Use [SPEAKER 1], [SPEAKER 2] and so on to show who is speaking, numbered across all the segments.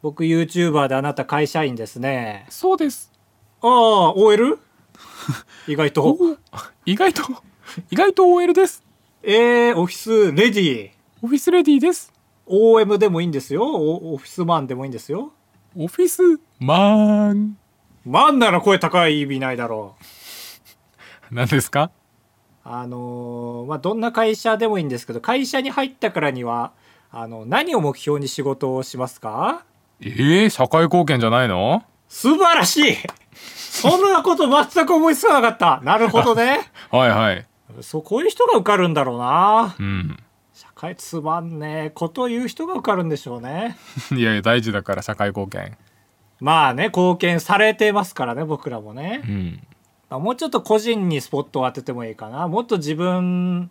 [SPEAKER 1] 僕 YouTuber であなた会社員ですね。
[SPEAKER 2] そうです
[SPEAKER 1] ああ、OL? 意外
[SPEAKER 2] お
[SPEAKER 1] と。
[SPEAKER 2] ー意外と意外と OL です
[SPEAKER 1] えー、オフィスレディー。
[SPEAKER 2] オフィスレディです
[SPEAKER 1] OM でもいいんですよ。おオフィスマンでもいいんですよ。
[SPEAKER 2] オフィスマン
[SPEAKER 1] マンなら声高い意味ないだろう。
[SPEAKER 2] 何ですか
[SPEAKER 1] あのーまあ、どんな会社でもいいんですけど、会社に入ったからには、あの、何を目標に仕事をしますか
[SPEAKER 2] えー、社会貢献じゃないの
[SPEAKER 1] 素晴らしいそんなこと全く思いつかなかった。なるほどね。
[SPEAKER 2] はいはい
[SPEAKER 1] そう、こういう人が受かるんだろうな。
[SPEAKER 2] うん
[SPEAKER 1] 社会つまんねえこと言う人が受かるんでしょうね。
[SPEAKER 2] いやいや大事だから社会貢献
[SPEAKER 1] まあね、貢献されてますからね、僕らもね
[SPEAKER 2] う。ん
[SPEAKER 1] まあもうちょっと個人にスポットを当ててもいいかな。もっと自分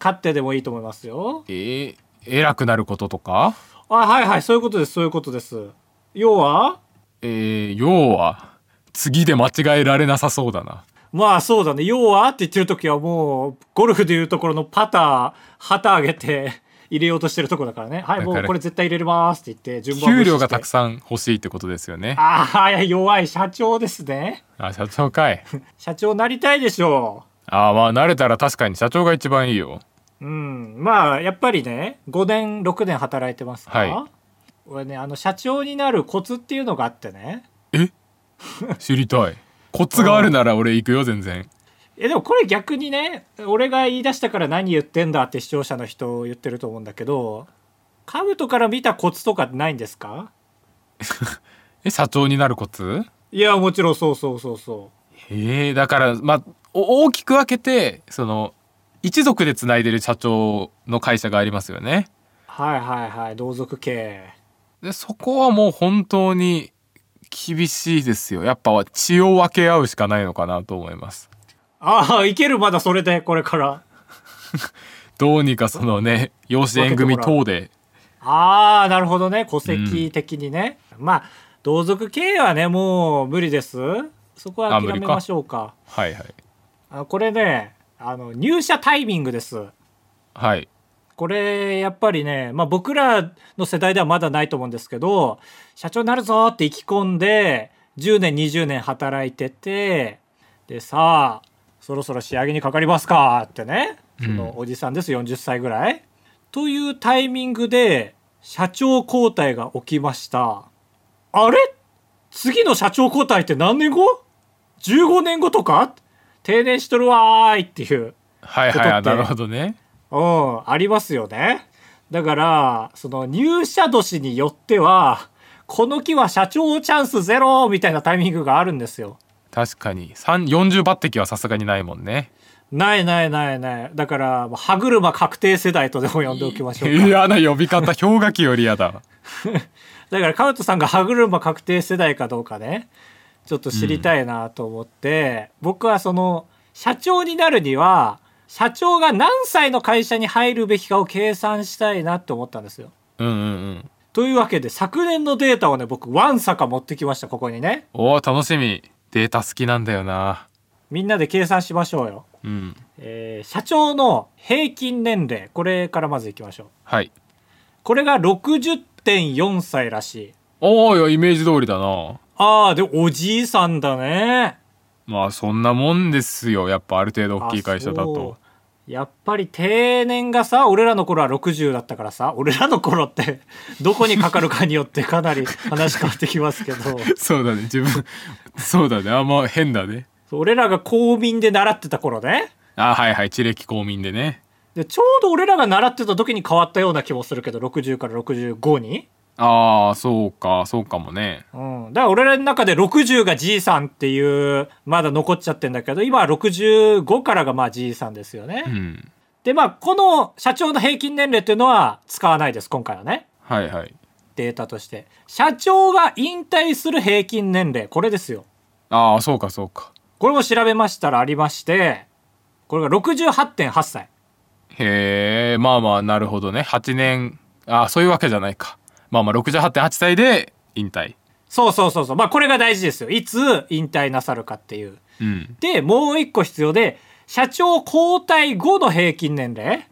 [SPEAKER 1] 勝手でもいいと思いますよ。
[SPEAKER 2] えー、偉くなることとか
[SPEAKER 1] あ、はいはい、そういうことです、そういうことです。要は
[SPEAKER 2] えー、要は次で間違えられなさそうだな
[SPEAKER 1] まあそうだね、要はって言ってる時はもう、ゴルフでいうところのパター、旗上げて 入れようとしてるとこだからね。はい、
[SPEAKER 2] だ
[SPEAKER 1] も
[SPEAKER 2] から
[SPEAKER 1] うこれ絶対入れれますって言って、順番
[SPEAKER 2] 給料がたく
[SPEAKER 1] さん。
[SPEAKER 2] さん欲しいってことですよね
[SPEAKER 1] ああ、いや、弱い社長ですね。
[SPEAKER 2] あ社長かい
[SPEAKER 1] 社長なりたいでしょ
[SPEAKER 2] あーまあ慣れたら確かに社長が一番いいよ
[SPEAKER 1] う。うん。まあ、やっぱりね、5年、6年働いてますから。
[SPEAKER 2] はい
[SPEAKER 1] 俺ね、あの、社長になるコツっていうのがあってね。
[SPEAKER 2] え知りたいコツがあるなら俺行くよ全然
[SPEAKER 1] えでもこれ逆にね俺が言い出したから何言ってんだって視聴者の人言ってると思うんだけどカブトから見たコツとかないんですか
[SPEAKER 2] え社長になるコツ
[SPEAKER 1] いやもちろんそうそうそうそ
[SPEAKER 2] えー、だからまあお大きく分けてその一族でつないでる社長の会社がありますよね
[SPEAKER 1] うはいはいはい同族系
[SPEAKER 2] でそこはもう本当に厳しいですよやっぱ血を分け合うしかないのかなと思います
[SPEAKER 1] ああいけるまだそれでこれから
[SPEAKER 2] どうにかそのね養子縁組等で
[SPEAKER 1] ああなるほどね戸籍的にね、まあ同族系はねもう無理ですそこは
[SPEAKER 2] あ無
[SPEAKER 1] 諦
[SPEAKER 2] 理
[SPEAKER 1] め
[SPEAKER 2] か
[SPEAKER 1] ましょうか
[SPEAKER 2] はいはい
[SPEAKER 1] あこれねあの入社タイミングです
[SPEAKER 2] はい
[SPEAKER 1] これやっぱりね、まあ、僕らの世代ではまだないと思うんですけど社長になるぞって意気込んで10年20年働いててでさあそろそろ仕上げにかかりますかってねそのおじさんです、40歳ぐらい。というタイミングで社長交代が起きました。あれ次の社長交代って何年後 ?15 年後とか定年しとるわーいっていう。
[SPEAKER 2] はい
[SPEAKER 1] ことって
[SPEAKER 2] はいあなるほどね
[SPEAKER 1] うん、ありますよね。だから、その入社年によっては、この木は社長チャンスゼロみたいなタイミングがあるんですよ。
[SPEAKER 2] 確かに3 40抜擢はさすがにないもんね
[SPEAKER 1] ないないないない。だから、もう歯車確定世代とでも呼んでおきましょうか。
[SPEAKER 2] 嫌な呼び方氷河期より嫌だ
[SPEAKER 1] だから、カウトさんが歯車確定世代かどうかね、ちょっと知りたいなと思って、僕はその、社長になるには、社長が何歳の会社に入るべきかを計算したいなって思ったんですよ。
[SPEAKER 2] うんうんうん
[SPEAKER 1] というわけで昨年のデータをね僕ワンサか持ってきましたここにね
[SPEAKER 2] おー楽しみデータ好きなんだよな
[SPEAKER 1] みんなで計算しましょうよ、
[SPEAKER 2] うん
[SPEAKER 1] えー社長の平均年齢これからまずいきましょう
[SPEAKER 2] はい
[SPEAKER 1] これが60.4歳らしい
[SPEAKER 2] おーいやイメージ通りだな
[SPEAKER 1] あーでおじいさんだね
[SPEAKER 2] まあそんなもんですよやっぱある程度
[SPEAKER 1] あ
[SPEAKER 2] 大きい会社だと
[SPEAKER 1] そうやっぱり定年がさ俺らの頃は60だったからさ俺らの頃って どこにかかるかによってかなり話変わってきますけど
[SPEAKER 2] そうだね自分 そうだねあんま変だね
[SPEAKER 1] そう俺らが公民で習ってた頃ね
[SPEAKER 2] あはいはい地歴公民でね
[SPEAKER 1] でちょうど俺らが習ってた時に変わったような気もするけど60から65に、
[SPEAKER 2] ああそうかそうかもね
[SPEAKER 1] うん、だから俺らの中で60がじいさんっていうまだ残っちゃってんだけど今は65からがまあじいさんですよね、
[SPEAKER 2] うん
[SPEAKER 1] でまあこの社長の平均年齢っていうのは使わないです今回はね
[SPEAKER 2] はいはい
[SPEAKER 1] データとして社長が引退する平均年齢これですよ
[SPEAKER 2] ああそうかそうか
[SPEAKER 1] これも調べましたらありましてこれが68.8歳
[SPEAKER 2] へえまあまあなるほどね8年ああそういうわけじゃないかまあまあ68.8歳で引退
[SPEAKER 1] そうそうそうそうまあこれが大事ですよいつ引退なさるかっていう
[SPEAKER 2] うん
[SPEAKER 1] でもう一個必要で社長交代後の平均年齢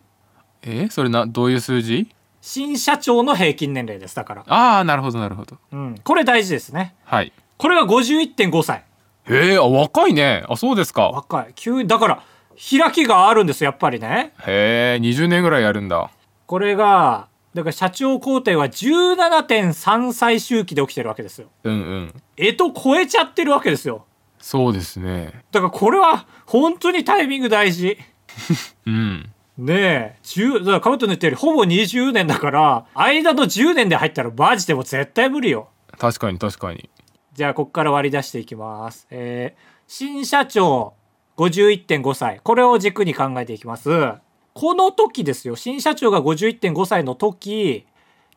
[SPEAKER 2] えーそれなどういう数字
[SPEAKER 1] 新社長の平均年齢ですだから、
[SPEAKER 2] ああなるほどなるほど
[SPEAKER 1] うん、これ大事ですね
[SPEAKER 2] はい
[SPEAKER 1] これが51.5歳
[SPEAKER 2] へえあ若いねあそうですか
[SPEAKER 1] 若い急にだから開きがあるんですよやっぱりね
[SPEAKER 2] へえ20年ぐらいやるんだ
[SPEAKER 1] これがだから社長工程は17.3歳周期で起きてるわけですよ
[SPEAKER 2] うんうん
[SPEAKER 1] えと超えちゃってるわけですよ
[SPEAKER 2] そうですね
[SPEAKER 1] だからこれは本当にタイミング大事
[SPEAKER 2] うん
[SPEAKER 1] ねえ10だからカブトの言ったよりほぼ20年だから間の10年で入ったらマジでもう絶対無理よ
[SPEAKER 2] 確かに確かに
[SPEAKER 1] じゃあここから割り出していきますえー新社長51.5歳これを軸に考えていきますこの時ですよ新社長が51.5歳の時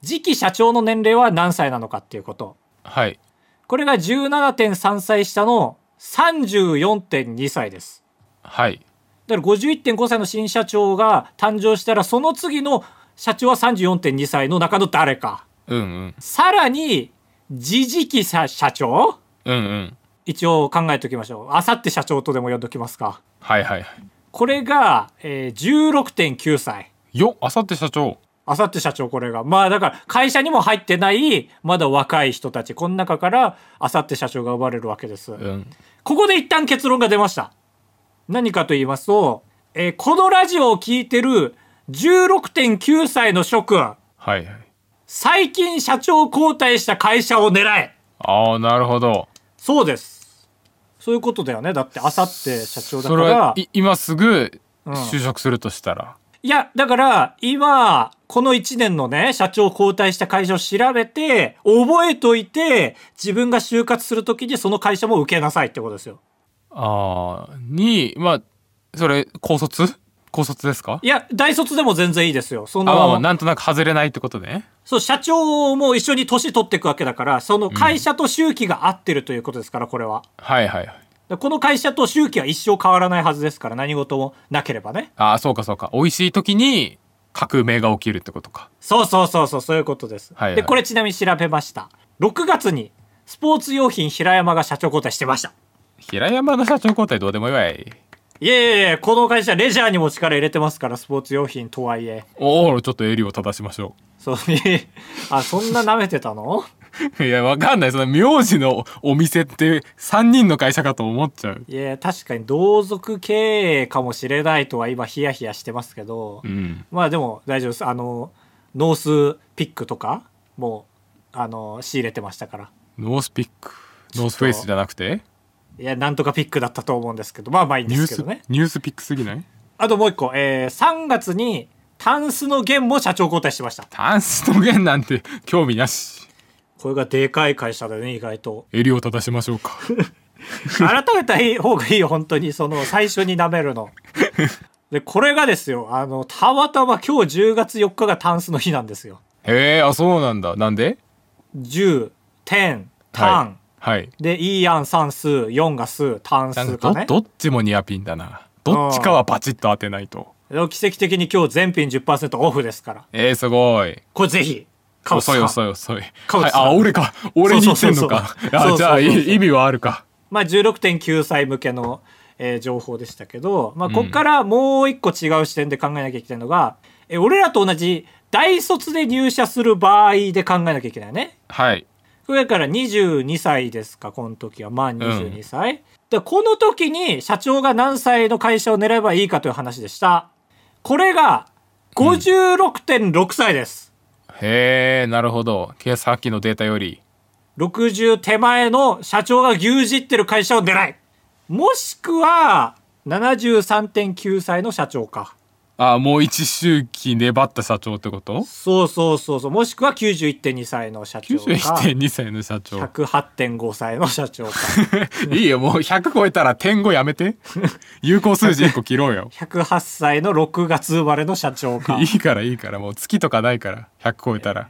[SPEAKER 1] 次期社長の年齢は何歳なのかっていうこと
[SPEAKER 2] はい
[SPEAKER 1] これが17.3歳下の34.2歳です
[SPEAKER 2] はい
[SPEAKER 1] だから51.5歳の新社長が誕生したらその次の社長は34.2歳の中の誰か
[SPEAKER 2] うんうん
[SPEAKER 1] さらに次々期社社長
[SPEAKER 2] うんうん
[SPEAKER 1] 一応考えておきましょうあさって社長とでも呼んどきますか
[SPEAKER 2] はいはいは
[SPEAKER 1] これが、えー、16.9歳
[SPEAKER 2] いよあさって社長
[SPEAKER 1] あさって社長これがまあだから会社にも入ってないまだ若い人たちこの中からあさって社長が生まれるわけです、
[SPEAKER 2] うん
[SPEAKER 1] ここで一旦結論が出ました。何かと言いますと、えーこのラジオを聞いてる16.9歳の諸君、
[SPEAKER 2] はいはい
[SPEAKER 1] 最近社長交代した会社を狙え
[SPEAKER 2] ああなるほど
[SPEAKER 1] そうです。そういうことだよね。だって、あさって社長だ
[SPEAKER 2] そ
[SPEAKER 1] か
[SPEAKER 2] れ
[SPEAKER 1] ら
[SPEAKER 2] は。い今すぐ
[SPEAKER 1] うん
[SPEAKER 2] 就職するとしたら、
[SPEAKER 1] いや、だから、今、この1年のね、社長交代した会社を調べて、覚えといて、自分が就活するときにその会社も受けなさいってことですよ。
[SPEAKER 2] ああにまあそれ高卒高卒ですか
[SPEAKER 1] いや、大卒でも全然いいですよ。そ
[SPEAKER 2] あ
[SPEAKER 1] の、
[SPEAKER 2] まあまあなんとなく外れないってことね
[SPEAKER 1] そう、社長も一緒に年取っていくわけだから、その会社と周期が合ってるということですから、これは。
[SPEAKER 2] はいはいはい
[SPEAKER 1] でこの会社と周期は一生変わらないはずですから、何事もなければね。
[SPEAKER 2] ああそうかそうか美味しい時に革命が起きるってことか
[SPEAKER 1] そうそうそうそう、そういうことです。
[SPEAKER 2] はいはい
[SPEAKER 1] で、これちなみに調べました。6月に、スポーツ用品平山が社長交代してました。
[SPEAKER 2] 平山の社長交代どうでもいいわい
[SPEAKER 1] いえいえいえ、この会社、レジャーにも力入れてますから、スポーツ用品とはいえ。
[SPEAKER 2] おおちょっと襟を正しましょ
[SPEAKER 1] そう、 あ、そんな舐めてたの
[SPEAKER 2] う いやわかんないその名字のお店って3人の会社かと思っちゃう
[SPEAKER 1] いや、確かに同族経営かもしれないとは今、ヒヤヒヤしてますけど。
[SPEAKER 2] うん
[SPEAKER 1] まあでも大丈夫ですあのノースピックとかもあの仕入れてましたから
[SPEAKER 2] ノースピックノースフェイスじゃなくて
[SPEAKER 1] いやなんとかピックだったと思うんですけどまあまあいいん
[SPEAKER 2] ニ
[SPEAKER 1] で
[SPEAKER 2] ュー
[SPEAKER 1] すけ
[SPEAKER 2] ス、
[SPEAKER 1] どね
[SPEAKER 2] ニュースピックすぎない
[SPEAKER 1] あともう一個、えー3月にタンスの弦も社長交代してました
[SPEAKER 2] タンスの弦なんて興味なし
[SPEAKER 1] これがでかい会社だね意外と
[SPEAKER 2] 襟を正しまし ょうか
[SPEAKER 1] 改めた方がいいよ本当にその最初に舐めるのでこれがですよあのたまたま今日10月4日がタンスの日なんですよ
[SPEAKER 2] へえあそうなんだなんで
[SPEAKER 1] 10点タン、
[SPEAKER 2] はい、はい、
[SPEAKER 1] でいいやん算数4が数タン
[SPEAKER 2] なん
[SPEAKER 1] 数
[SPEAKER 2] か
[SPEAKER 1] か
[SPEAKER 2] ど
[SPEAKER 1] ね
[SPEAKER 2] どっちもニアピンだなどっちかはバチッと当てないと
[SPEAKER 1] 奇跡的に今日全品10%オフですから。
[SPEAKER 2] えー、すごい
[SPEAKER 1] これぜひ、カブスさ
[SPEAKER 2] 遅い
[SPEAKER 1] ん
[SPEAKER 2] 遅い遅い
[SPEAKER 1] カブ
[SPEAKER 2] は
[SPEAKER 1] ト
[SPEAKER 2] い
[SPEAKER 1] さん
[SPEAKER 2] あ俺か俺に言ってんのか
[SPEAKER 1] そうそうそうそう
[SPEAKER 2] あじゃあ
[SPEAKER 1] そうそうそうそう
[SPEAKER 2] い意味はあるか
[SPEAKER 1] まあ16.9歳向けの、えー情報でしたけど、まあこっからもう一個違う視点で考えなきゃいけないのが、えー俺らと同じ大卒で入社する場合で考えなきゃいけないね。
[SPEAKER 2] はい
[SPEAKER 1] これから22歳ですか、この時は。まあ22歳。で、この時に社長が何歳の会社を狙えばいいかという話でした。これが56.6歳です。
[SPEAKER 2] へえなるほどけさっきのデータより
[SPEAKER 1] 60手前の社長が牛耳ってる会社を狙いもしくは73.9歳の社長か
[SPEAKER 2] あもう一周期粘った社長ってこと
[SPEAKER 1] そうそうそうそうもしくは91.2歳の社長か
[SPEAKER 2] 91.2歳の社長
[SPEAKER 1] 108.5歳の社長か
[SPEAKER 2] いいよもう100超えたら点5やめ て有効数字1個切ろうよ
[SPEAKER 1] 108歳の6月生まれの社長か
[SPEAKER 2] いいからいいからもう月とかないから100超えたら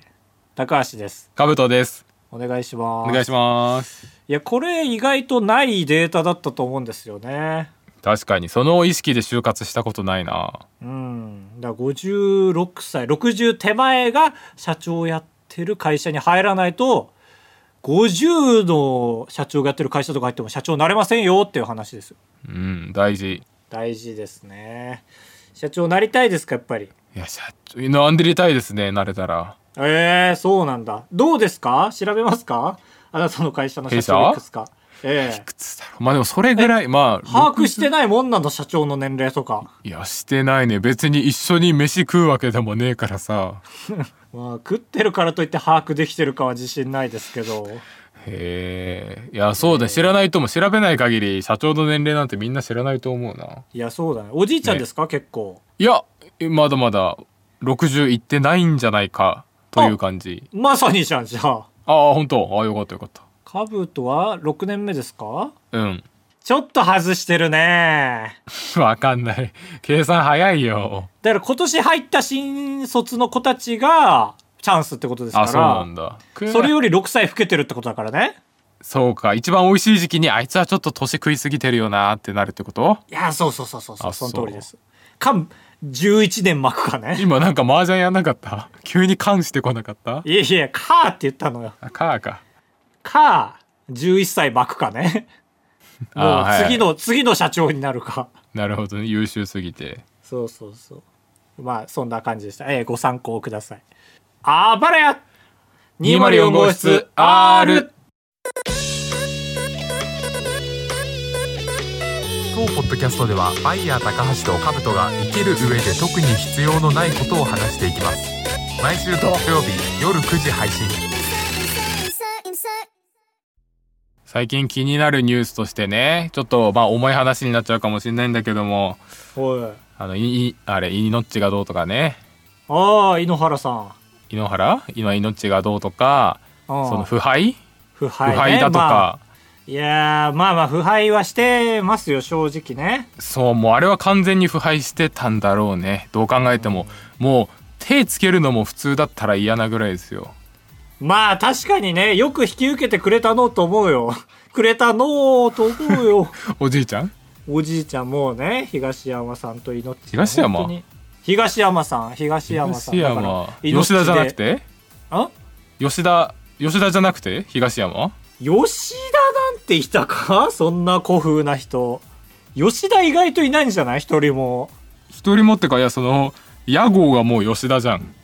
[SPEAKER 1] 高橋です
[SPEAKER 2] カブトです
[SPEAKER 1] お願いしま
[SPEAKER 2] お
[SPEAKER 1] す
[SPEAKER 2] 願いします
[SPEAKER 1] いやこれ意外とないデータだったと思うんですよね
[SPEAKER 2] 確かにその意識で就活したことないな
[SPEAKER 1] うんだから56歳60手前が社長やってる会社に入らないと50の社長がやってる会社とか入っても社長になれませんよっていう話ですよ
[SPEAKER 2] うん大事
[SPEAKER 1] 大事ですね社長なりたいですかやっぱり
[SPEAKER 2] いや社長なんで入れたいですね慣れたら
[SPEAKER 1] ええそうなんだ。どうですか調べますかあなたの会社の社長いくつか。ええ
[SPEAKER 2] いくつだろうまあでもそれぐらいまあ
[SPEAKER 1] 把握してないもんなの社長の年齢とか。
[SPEAKER 2] いやしてないね別に一緒に飯食うわけでもねえからさ
[SPEAKER 1] まあ、食ってるからといって把握できてるかは自信ないですけど。
[SPEAKER 2] へえいやそうだ知らないとも調べない限り社長の年齢なんてみんな知らないと思うない
[SPEAKER 1] や、そうだね。おじいちゃんですか、結構。
[SPEAKER 2] いやまだまだ60いってないんじゃないかという感じ
[SPEAKER 1] まさにじゃん、じゃあ。
[SPEAKER 2] ああ本当ああよかったよかった
[SPEAKER 1] カブトは6年目ですか
[SPEAKER 2] うん
[SPEAKER 1] ちょっと外してるね。
[SPEAKER 2] わかんない。計算早いよ。
[SPEAKER 1] だから今年入った新卒の子たちがチャンスってことですか
[SPEAKER 2] あ、
[SPEAKER 1] ら。
[SPEAKER 2] そうなんだ。
[SPEAKER 1] それ
[SPEAKER 2] よ
[SPEAKER 1] より6歳老けてるってことだからね。
[SPEAKER 2] そうか。一番美味しい時期にあいつはちょっと年食いすぎてるよなってなるってこと
[SPEAKER 1] いや、そうそうそうそうそう、
[SPEAKER 2] あ
[SPEAKER 1] そ
[SPEAKER 2] そう
[SPEAKER 1] の通りです。か、11年巻くかね。
[SPEAKER 2] 今なんか麻雀やんなかった 急に関してこなかった
[SPEAKER 1] いやいや、かーって言ったのよ。
[SPEAKER 2] あかーか。
[SPEAKER 1] か、11歳巻くかね。もう
[SPEAKER 2] あー
[SPEAKER 1] 次
[SPEAKER 2] は
[SPEAKER 1] の、次の社長になるか。
[SPEAKER 2] い、なるほどね。優秀すぎて。
[SPEAKER 1] そうそうそう。まあ、そんな感じでした。ええご参考ください。あばらや !204 号室 R!
[SPEAKER 2] 当ポッドキャストではバイヤー高橋と兜が生きる上で特に必要のないことを話していきます毎週土曜日夜9時配信
[SPEAKER 3] insert, insert.
[SPEAKER 2] 最近気になるニュースとしてねちょっとまあ重い話になっちゃうかもしれないんだけども
[SPEAKER 1] おい。
[SPEAKER 2] あのいいあれ命がどうとかね
[SPEAKER 1] ああ、井ノ原さん。
[SPEAKER 2] 井ノ原今命がどうとか
[SPEAKER 1] うん
[SPEAKER 2] その腐敗、
[SPEAKER 1] 腐敗,、ね、
[SPEAKER 2] 腐敗だとか、
[SPEAKER 1] まあいやーまあまあ腐敗はしてますよ正直ね
[SPEAKER 2] そうもうあれは完全に腐敗してたんだろうねどう考えても、もう手つけるのも普通だったら嫌なぐらいですよ
[SPEAKER 1] まあ確かにねよく引き受けてくれたのうと思うよ くれたのうと思うよ
[SPEAKER 2] おじいちゃん
[SPEAKER 1] おじいちゃんもうね東山さんと命
[SPEAKER 2] 東山
[SPEAKER 1] 東山さん東山さん
[SPEAKER 2] 東
[SPEAKER 1] だ
[SPEAKER 2] 山
[SPEAKER 1] から
[SPEAKER 2] 吉田じゃなく
[SPEAKER 1] 命で
[SPEAKER 2] て
[SPEAKER 1] あ
[SPEAKER 2] 吉田吉田じゃなくて東山
[SPEAKER 1] 吉田なんていたか そんな古風な人吉田意外といないんじゃない一人も
[SPEAKER 2] 一人もってかいやその屋号がもう吉田じゃん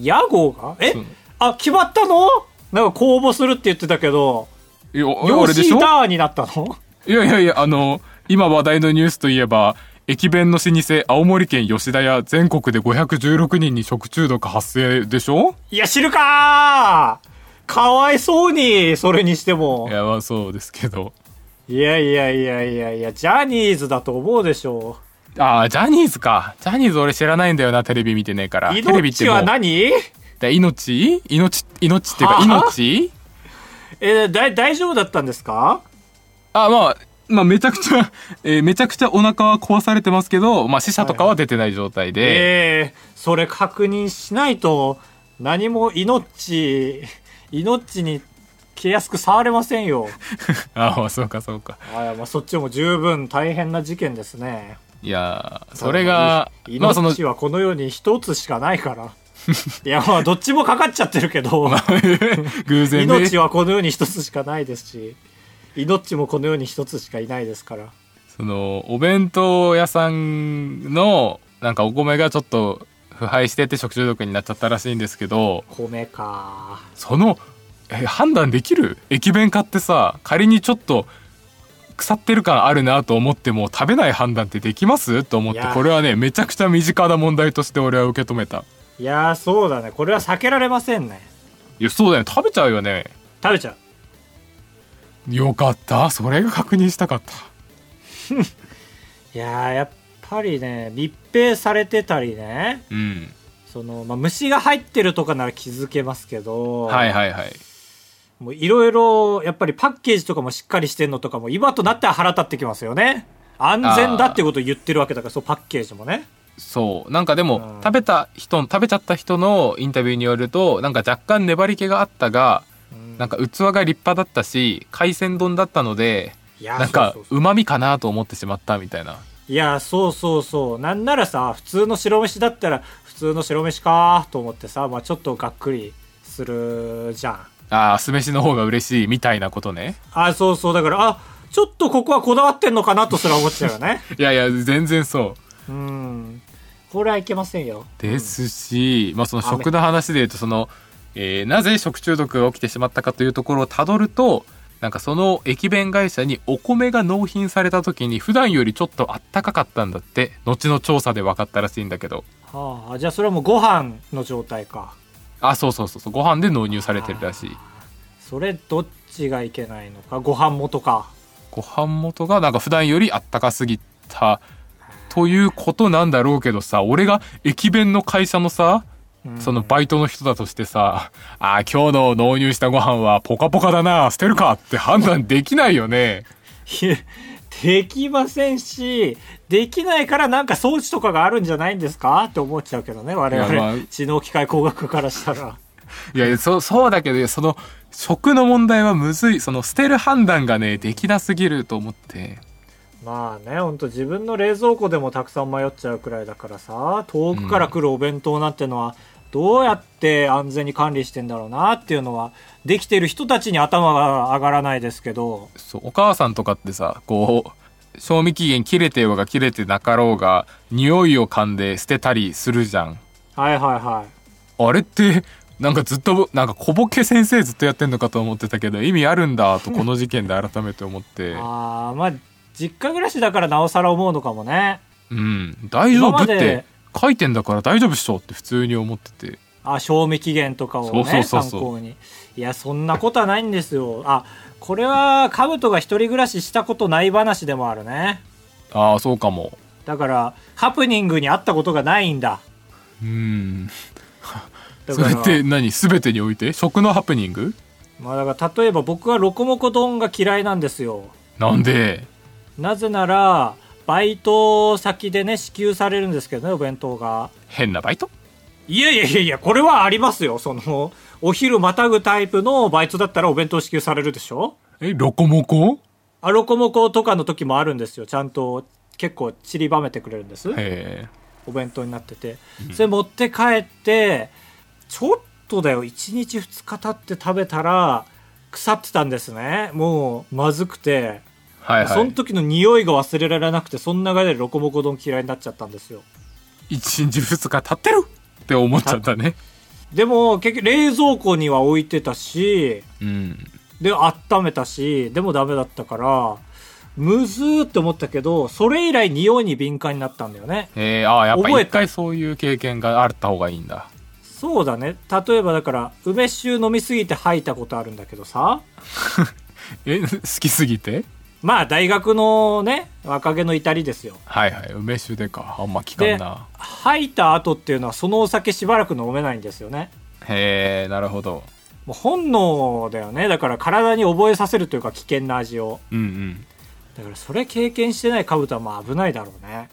[SPEAKER 1] 屋号がえ
[SPEAKER 2] そう
[SPEAKER 1] あ決まったのなんか公募するって言ってたけど
[SPEAKER 2] いや
[SPEAKER 1] ヨ
[SPEAKER 2] あ
[SPEAKER 1] ー
[SPEAKER 2] れで
[SPEAKER 1] シ
[SPEAKER 2] し
[SPEAKER 1] ー
[SPEAKER 2] ょ
[SPEAKER 1] ターになったの
[SPEAKER 2] いやいやいやあの今話題のニュースといえば駅弁の老舗青森県吉田屋全国で516人に食中毒発生でしょ
[SPEAKER 1] いや、知るかーかわいそうに、それにしても
[SPEAKER 2] い。やまあそうですけど
[SPEAKER 1] いやいやいやいやいや、ジャニーズだと思うでしょ
[SPEAKER 2] ああジャニーズかジャニーズ俺知らないんだよなテレビ見てねえから
[SPEAKER 1] う。
[SPEAKER 2] テレビっ
[SPEAKER 1] 命
[SPEAKER 2] ても
[SPEAKER 1] は
[SPEAKER 2] う
[SPEAKER 1] 何
[SPEAKER 2] だ命命命っていうか
[SPEAKER 1] はあ
[SPEAKER 2] 命
[SPEAKER 1] え、だ、大丈夫だったんですか
[SPEAKER 2] あ、まあ、まあ、めちゃくちゃ、えーめちゃくちゃお腹は壊されてますけど、まあ、死者とかは出てない状態で、
[SPEAKER 1] ええそれ確認しないと、何も命、命に、気安く触れません よ。
[SPEAKER 2] ああ、そうか、そうか。
[SPEAKER 1] あまあ、そっちも十分大変な事件ですね。
[SPEAKER 2] いやー、それが、まあ、その、
[SPEAKER 1] 命はこの世に一つしかない から。いや、まあ、どっちもかかっちゃってるけど。
[SPEAKER 2] 偶然ね。
[SPEAKER 1] 命はこの世に一つしかないですし命もこの世に一つしかいないですから
[SPEAKER 2] その、お弁当屋さんの、なんかお米がちょっと腐敗してて食中毒になっちゃったらしいんですけど、
[SPEAKER 1] 米か
[SPEAKER 2] その、え、判断できる駅弁買ってさ、仮にちょっと、腐ってる感あるなと思っても食べない判断ってできますと思っ
[SPEAKER 1] い
[SPEAKER 2] て
[SPEAKER 1] や
[SPEAKER 2] これはねめちゃくちゃ身近な問題として俺は受け止めた
[SPEAKER 1] いやーそうだねこれは避けられませんね
[SPEAKER 2] いやそうだよね食べちゃうよね
[SPEAKER 1] 食べちゃう
[SPEAKER 2] よかったそれが確認したかった
[SPEAKER 1] いやーやっぱりね密閉されてたりね
[SPEAKER 2] うん
[SPEAKER 1] その、まあ、虫が入ってるとかなら気づけますけど
[SPEAKER 2] はいはいはい
[SPEAKER 1] もういろいろやっぱりパッケージとかもしっかりしてんのとかも今となっては腹立ってきますよね安全だってことを言ってるわけだからそうパッケージもね
[SPEAKER 2] そうなんかでも、
[SPEAKER 1] うん
[SPEAKER 2] 食べた人食べちゃった人のインタビューによるとなんか若干粘り気があったが
[SPEAKER 1] うん
[SPEAKER 2] なんか器が立派だったし海鮮丼だったので
[SPEAKER 1] いやー
[SPEAKER 2] なんか
[SPEAKER 1] そうそうそう
[SPEAKER 2] うまみかなと思ってしまったみたいない
[SPEAKER 1] や、そうそうそう。なんならさ、普通の白飯だったら、普通の白飯かーと思ってさ、まあちょっとがっくりするじゃん。
[SPEAKER 2] あー酢飯の方が嬉しいみたいなことね
[SPEAKER 1] あ、そうそう。だから、あ、ちょっとここはこだわってんのかなとすら思っちゃうよね。
[SPEAKER 2] いやいや全然そう
[SPEAKER 1] うん。これはいけませんよ
[SPEAKER 2] ですし、まあ、その食の話で言うとその、えーなぜ食中毒が起きてしまったかというところをたどるとなんかその駅弁会社にお米が納品された時に普段よりちょっとあったかかったんだって後の調査で分かったらしいんだけど
[SPEAKER 1] はあ、じゃあそれはもうご飯の状態か
[SPEAKER 2] あそうそうそうそうご飯で納入されてるらしい
[SPEAKER 1] それどっちがいけないのかご飯元か
[SPEAKER 2] ご飯元がなんか普段よりあったかすぎたということなんだろうけどさ俺が駅弁の会社のさ
[SPEAKER 1] うん
[SPEAKER 2] そのバイトの人だとしてさ、あー今日の納入したご飯はポカポカだな、捨てるかって判断できないよね。
[SPEAKER 1] いやできませんしできないからなんか装置とかがあるんじゃないんですかって思っちゃうけどね我々、
[SPEAKER 2] いやまあ
[SPEAKER 1] 知能機械工学からしたら
[SPEAKER 2] いや、そ、そうだけど、その、食の問題はむずい。その、捨てる判断がね、できなすぎると思って。
[SPEAKER 1] まあねほんと自分の冷蔵庫でもたくさん迷っちゃうくらいだからさ遠くから来るお弁当なんてのはどうやって安全に管理してんだろうなっていうのはできてる人たちに頭が上がらないですけど
[SPEAKER 2] そう、お母さんとかってさ、こう、賞味期限切れてようが切れてなかろうが、匂いを噛んで捨てたりするじゃん。
[SPEAKER 1] はいはいはい
[SPEAKER 2] あれって、なんかずっと、なんか小ボケ先生ずっとやってんのかと思ってたけど、意味あるんだ、とこの事件で改めて思って。
[SPEAKER 1] ああまあ実家暮らしだからなおさら思うのかもね
[SPEAKER 2] うん、大丈
[SPEAKER 1] 今
[SPEAKER 2] 夫
[SPEAKER 1] ま
[SPEAKER 2] っ
[SPEAKER 1] で
[SPEAKER 2] て書いてんだから大丈夫っしょって普通に思ってて
[SPEAKER 1] あ賞味期限とかをね
[SPEAKER 2] そうそうそうそ
[SPEAKER 1] 参
[SPEAKER 2] う
[SPEAKER 1] 考にいやそんなことはないんですよあこれはカブトが一人暮らししたことない話でもあるね
[SPEAKER 2] ああそうかも
[SPEAKER 1] だからハプニングにあったことがないんだ
[SPEAKER 2] うん
[SPEAKER 1] だ
[SPEAKER 2] そ
[SPEAKER 1] か
[SPEAKER 2] れっ
[SPEAKER 1] ら
[SPEAKER 2] て何全てにおいて食のハプニング
[SPEAKER 1] まあだから例えば僕はロコモコ丼が嫌いなんですよ
[SPEAKER 2] なんで
[SPEAKER 1] なぜならバイト先でね支給されるんですけどねお弁当が
[SPEAKER 2] 変なバイト
[SPEAKER 1] いやいやいやいやこれはありますよそのお昼またぐタイプのバイトだったらお弁当支給されるでしょ
[SPEAKER 2] えロコモコ
[SPEAKER 1] あロコモコとかの時もあるんですよちゃんと結構散りばめてくれるんです、
[SPEAKER 2] へえ
[SPEAKER 1] お弁当になっててそれ持って帰ってちょっとだよ1日2日経って食べたら腐ってたんですねもうまずくて、
[SPEAKER 2] はいは
[SPEAKER 1] その
[SPEAKER 2] い
[SPEAKER 1] 時の匂いが忘れられなくてその流れでロコモコ丼嫌いになっちゃったんですよ
[SPEAKER 2] 1日2日経ってるって思っちゃったね
[SPEAKER 1] でも結局冷蔵庫には置いてたし
[SPEAKER 2] うん
[SPEAKER 1] で温めたしでもダメだったからむずーって思ったけどそれ以来匂いに敏感になったんだよね
[SPEAKER 2] えー、ああやっぱ
[SPEAKER 1] 覚え
[SPEAKER 2] 一
[SPEAKER 1] た
[SPEAKER 2] 回そういう経験があった方がいいんだ
[SPEAKER 1] そうだね例えばだから梅酒飲みすぎて吐いたことあるんだけどさ
[SPEAKER 2] え好きすぎて
[SPEAKER 1] まあ大学のね若気の至りですよ
[SPEAKER 2] はいはい梅酒でかあんま聞かんな
[SPEAKER 1] 吐いた後っていうのはそのお酒しばらく飲めないんですよね
[SPEAKER 2] へえなるほど
[SPEAKER 1] もう本能だよねだから体に覚えさせるというか危険な味を
[SPEAKER 2] うんうん
[SPEAKER 1] だからそれ経験してない兜はまあ危ないだろうね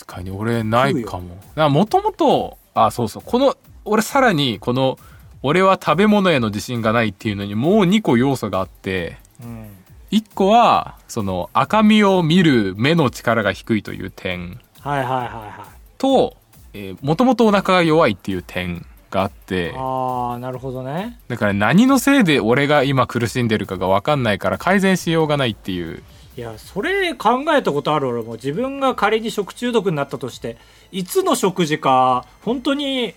[SPEAKER 2] 確かに俺ないかももともとあそうそうこの俺さらにこの俺は食べ物への自信がないっていうのにもう2個要素があって
[SPEAKER 1] うん
[SPEAKER 2] 1個はその赤みを見る目の力が低いという点
[SPEAKER 1] はいはいはいは
[SPEAKER 2] ともともとお腹が弱いっていう点があって
[SPEAKER 1] いああなるほどね
[SPEAKER 2] だから何のせいで俺が今苦しんでるかが分かんないから改善しようがないっていう
[SPEAKER 1] いやそれ考えたことある俺も自分が仮に食中毒になったとしていつの食事か本当に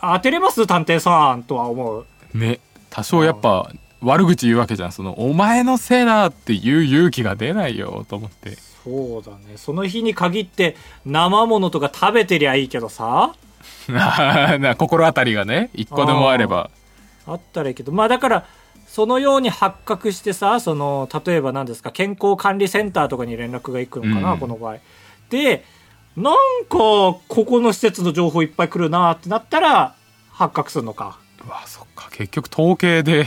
[SPEAKER 1] 当てれます探偵さんとは思う
[SPEAKER 2] ね多少やっぱ悪口言うわけじゃんその「お前のせいだ」っていう勇気が出ないよと思って
[SPEAKER 1] そうだねその日に限って生ものとか食べてりゃいいけどさ
[SPEAKER 2] なな心当たりがね一個でもあれば
[SPEAKER 1] あったらいいけどまあだからそのように発覚してさその例えば何ですか健康管理センターとかに連絡が行くのかな、
[SPEAKER 2] うん
[SPEAKER 1] この場合でなんかここの施設の情報いっぱい来るなってなったら発覚するのか
[SPEAKER 2] うわそっか結局統計で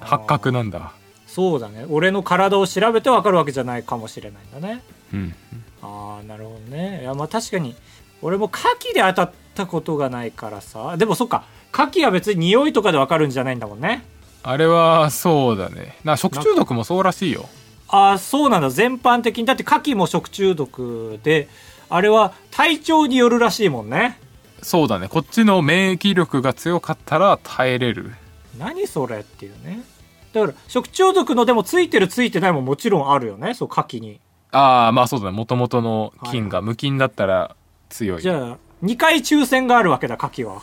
[SPEAKER 2] 発覚なんだ
[SPEAKER 1] そうだね俺の体を調べてわかるわけじゃないかもしれないんだね
[SPEAKER 2] うん
[SPEAKER 1] ああなるほどねいやまあ確かに俺も牡蠣で当たったことがないからさでもそっか牡蠣は別に匂いとかでわかるんじゃないんだもんね
[SPEAKER 2] あれはそうだねな食中毒もそうらしいよ
[SPEAKER 1] ああそうなんだ全般的にだって牡蠣も食中毒であれは体調によるらしいもんね
[SPEAKER 2] そうだねこっちの免疫力が強かったら耐えれる
[SPEAKER 1] 何それっていうねだから食中毒のでもついてるついてないももちろんあるよねそう牡蠣に
[SPEAKER 2] ああまあそうだねもともとの菌が無菌だったら強い
[SPEAKER 1] じゃあ2回抽選があるわけだ、牡蠣は。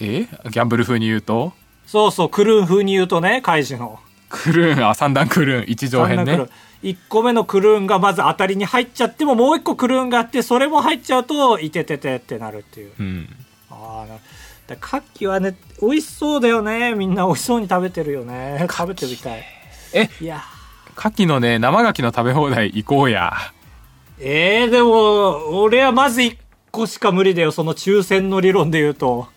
[SPEAKER 2] えギャンブル風に言うと
[SPEAKER 1] そうそう、クルーン風に言うとね、カイジの。
[SPEAKER 2] クルーン、あ、三段クルーン、一上辺
[SPEAKER 1] 三段ク
[SPEAKER 2] ね
[SPEAKER 1] ルー。ン1個目のクルーンがまず当たりに入っちゃっても、もう1個クルーンがあって、それも入っちゃうと、いてててってなるっていう。
[SPEAKER 2] うん。
[SPEAKER 1] ああ、なだ牡蠣はね、美味しそうだよね。みんな美味しそうに食べてるよね。食べてみたい。
[SPEAKER 2] え、
[SPEAKER 1] いや
[SPEAKER 2] 牡蠣のね、生牡蠣の食べ放題行こうや。
[SPEAKER 1] ーえー、でも、俺はまず1個しか無理だよ。その抽選の理論で言うと。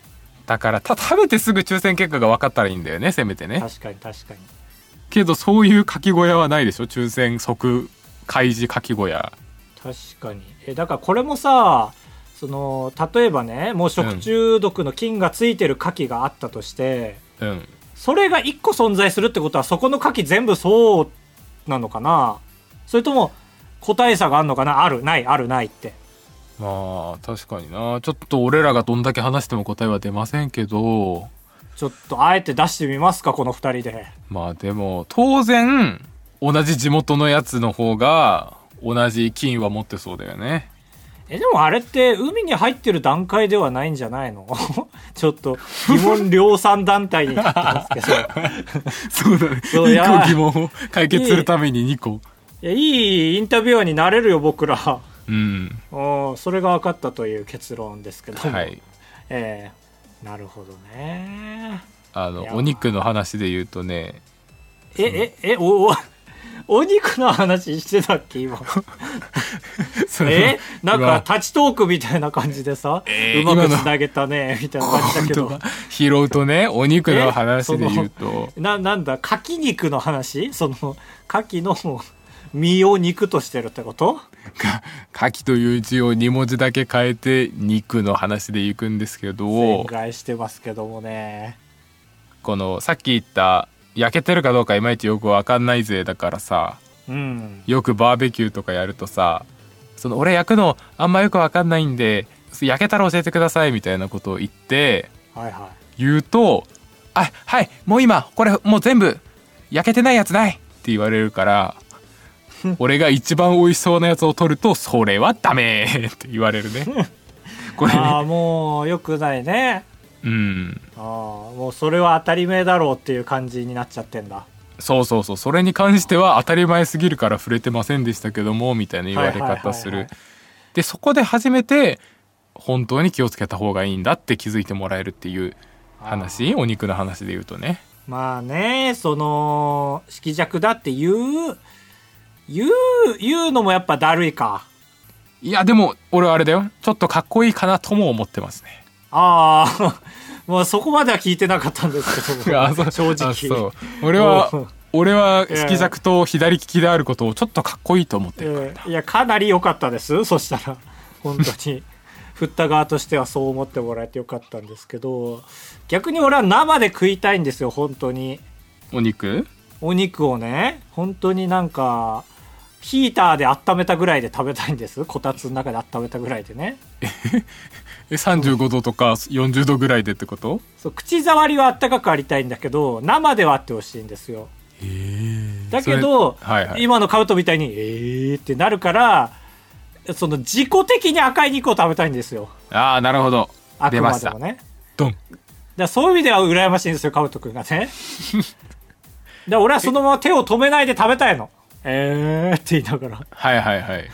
[SPEAKER 2] だから、た、食べてすぐ抽選結果が分かったらいいんだよね、せめてね。
[SPEAKER 1] 確かに確かに。
[SPEAKER 2] けど、そういう牡蠣小屋はないでしょ抽選即開示牡蠣小屋。
[SPEAKER 1] 確かにえだからこれもさその例えばねもう食中毒の菌がついてる牡蠣があったとして、
[SPEAKER 2] うん。
[SPEAKER 1] それが1個存在するってことはそこの牡蠣全部そうなのかなそれとも個体差があるのかなあるないあるないって
[SPEAKER 2] まあ、確かにな。ちょっと俺らがどんだけ話しても答えは出ませんけど、
[SPEAKER 1] ちょっとあえて出してみますかこの2人で
[SPEAKER 2] まあでも、当然、同じ地元のやつの方が、同じ菌は持ってそうだよ ね。
[SPEAKER 1] えでもあれって海に入ってる段階ではないんじゃないの ちょっと疑問量産団体になってますけど
[SPEAKER 2] そうだね。
[SPEAKER 1] そうや
[SPEAKER 2] 2
[SPEAKER 1] ば
[SPEAKER 2] 個
[SPEAKER 1] い
[SPEAKER 2] 疑問を解決するために2個。
[SPEAKER 1] いやいいインタビュアーになれるよ僕ら
[SPEAKER 2] うん。
[SPEAKER 1] おーそれが分かったという結論ですけども、
[SPEAKER 2] はい。
[SPEAKER 1] えーなるほどね
[SPEAKER 2] あ
[SPEAKER 1] い
[SPEAKER 2] の、
[SPEAKER 1] や
[SPEAKER 2] お肉の話で言うと ね、
[SPEAKER 1] えええお おお肉の話してたっけ今
[SPEAKER 2] その
[SPEAKER 1] えなん
[SPEAKER 2] うわ
[SPEAKER 1] か立ちトークみたいな感じでさ、
[SPEAKER 2] えー
[SPEAKER 1] うま
[SPEAKER 2] 今
[SPEAKER 1] く
[SPEAKER 2] の
[SPEAKER 1] つなげたねみたいな感じだけ
[SPEAKER 2] 本当
[SPEAKER 1] ど
[SPEAKER 2] だ 拾う とね、お肉の話で言うと、
[SPEAKER 1] ななんだ牡蠣肉の話その牡蠣の身を肉としてるってこと
[SPEAKER 2] か牡蠣という字を2文字だけ変えて、肉の話で行くんですけ
[SPEAKER 1] 展
[SPEAKER 2] ど、
[SPEAKER 1] 開してますけどもね
[SPEAKER 2] この、さっき言った、焼けてるかどうかいまいちよくわかんないぜだからさ、
[SPEAKER 1] うん
[SPEAKER 2] よくバーベキューとかやるとさその俺焼くのあんまよくわかんないんで焼けたら教えてくださいみたいなことを言って
[SPEAKER 1] はいは
[SPEAKER 2] 言うと「あはいもう今これもう全部焼けてないやつない!」って言われるから俺が一番美味しそうなやつを取ると「それはダメ!」って言われ るね。こ
[SPEAKER 1] い
[SPEAKER 2] れ
[SPEAKER 1] ああ
[SPEAKER 2] ね
[SPEAKER 1] もうよくないね
[SPEAKER 2] うん
[SPEAKER 1] ああもうそれは当たり前だろうっていう感じになっちゃってんだ
[SPEAKER 2] そうそうそうそれに関しては当たり前すぎるから触れてませんでしたけどもみたいな言われ方す
[SPEAKER 1] はいはいはい
[SPEAKER 2] る
[SPEAKER 1] は
[SPEAKER 2] でそこで初めて本当に気をつけた方がいいんだって気づいてもらえるっていう話お肉の話で言うとね
[SPEAKER 1] まあねその色弱だって言う言う言うのもやっぱだるいか
[SPEAKER 2] いやでも俺はあれだよちょっとかっこいいかなとも思ってます ね
[SPEAKER 1] ああ もうそこまでは聞いてなかったんですけど
[SPEAKER 2] あそう
[SPEAKER 1] 正
[SPEAKER 2] あそ
[SPEAKER 1] 直
[SPEAKER 2] う 俺は
[SPEAKER 1] おう
[SPEAKER 2] 俺は
[SPEAKER 1] ええ
[SPEAKER 2] 色弱と左利きであることをちょっとかっこいいと思ってるから
[SPEAKER 1] えーいやかなり良かったです そしたら本当に 振った側としてはそう思ってもらえてよかったんですけど逆に俺は生で食いたいんですよ本当に
[SPEAKER 2] お肉
[SPEAKER 1] お肉をね本当になんかヒーターで温めたぐらいで食べたいんですこたつの中で温めたぐらいでね
[SPEAKER 2] え35度とか40度ぐらいでってこと
[SPEAKER 1] そう口触りはあったかくありたいんだけど生ではあってほしいんですよだけど、
[SPEAKER 2] それはいはい
[SPEAKER 1] 今のカウトみたいにえーってなるからその自己的に赤い肉を食べたいんですよ
[SPEAKER 2] ああなるほど
[SPEAKER 1] あ
[SPEAKER 2] 出
[SPEAKER 1] く
[SPEAKER 2] ま
[SPEAKER 1] ま
[SPEAKER 2] し
[SPEAKER 1] で
[SPEAKER 2] た
[SPEAKER 1] もね
[SPEAKER 2] ドン
[SPEAKER 1] だからそういう意味では羨ましいんですよカウト君がね だから俺はそのまま手を止めないで食べたいのえーって言いながら
[SPEAKER 2] はいは いはい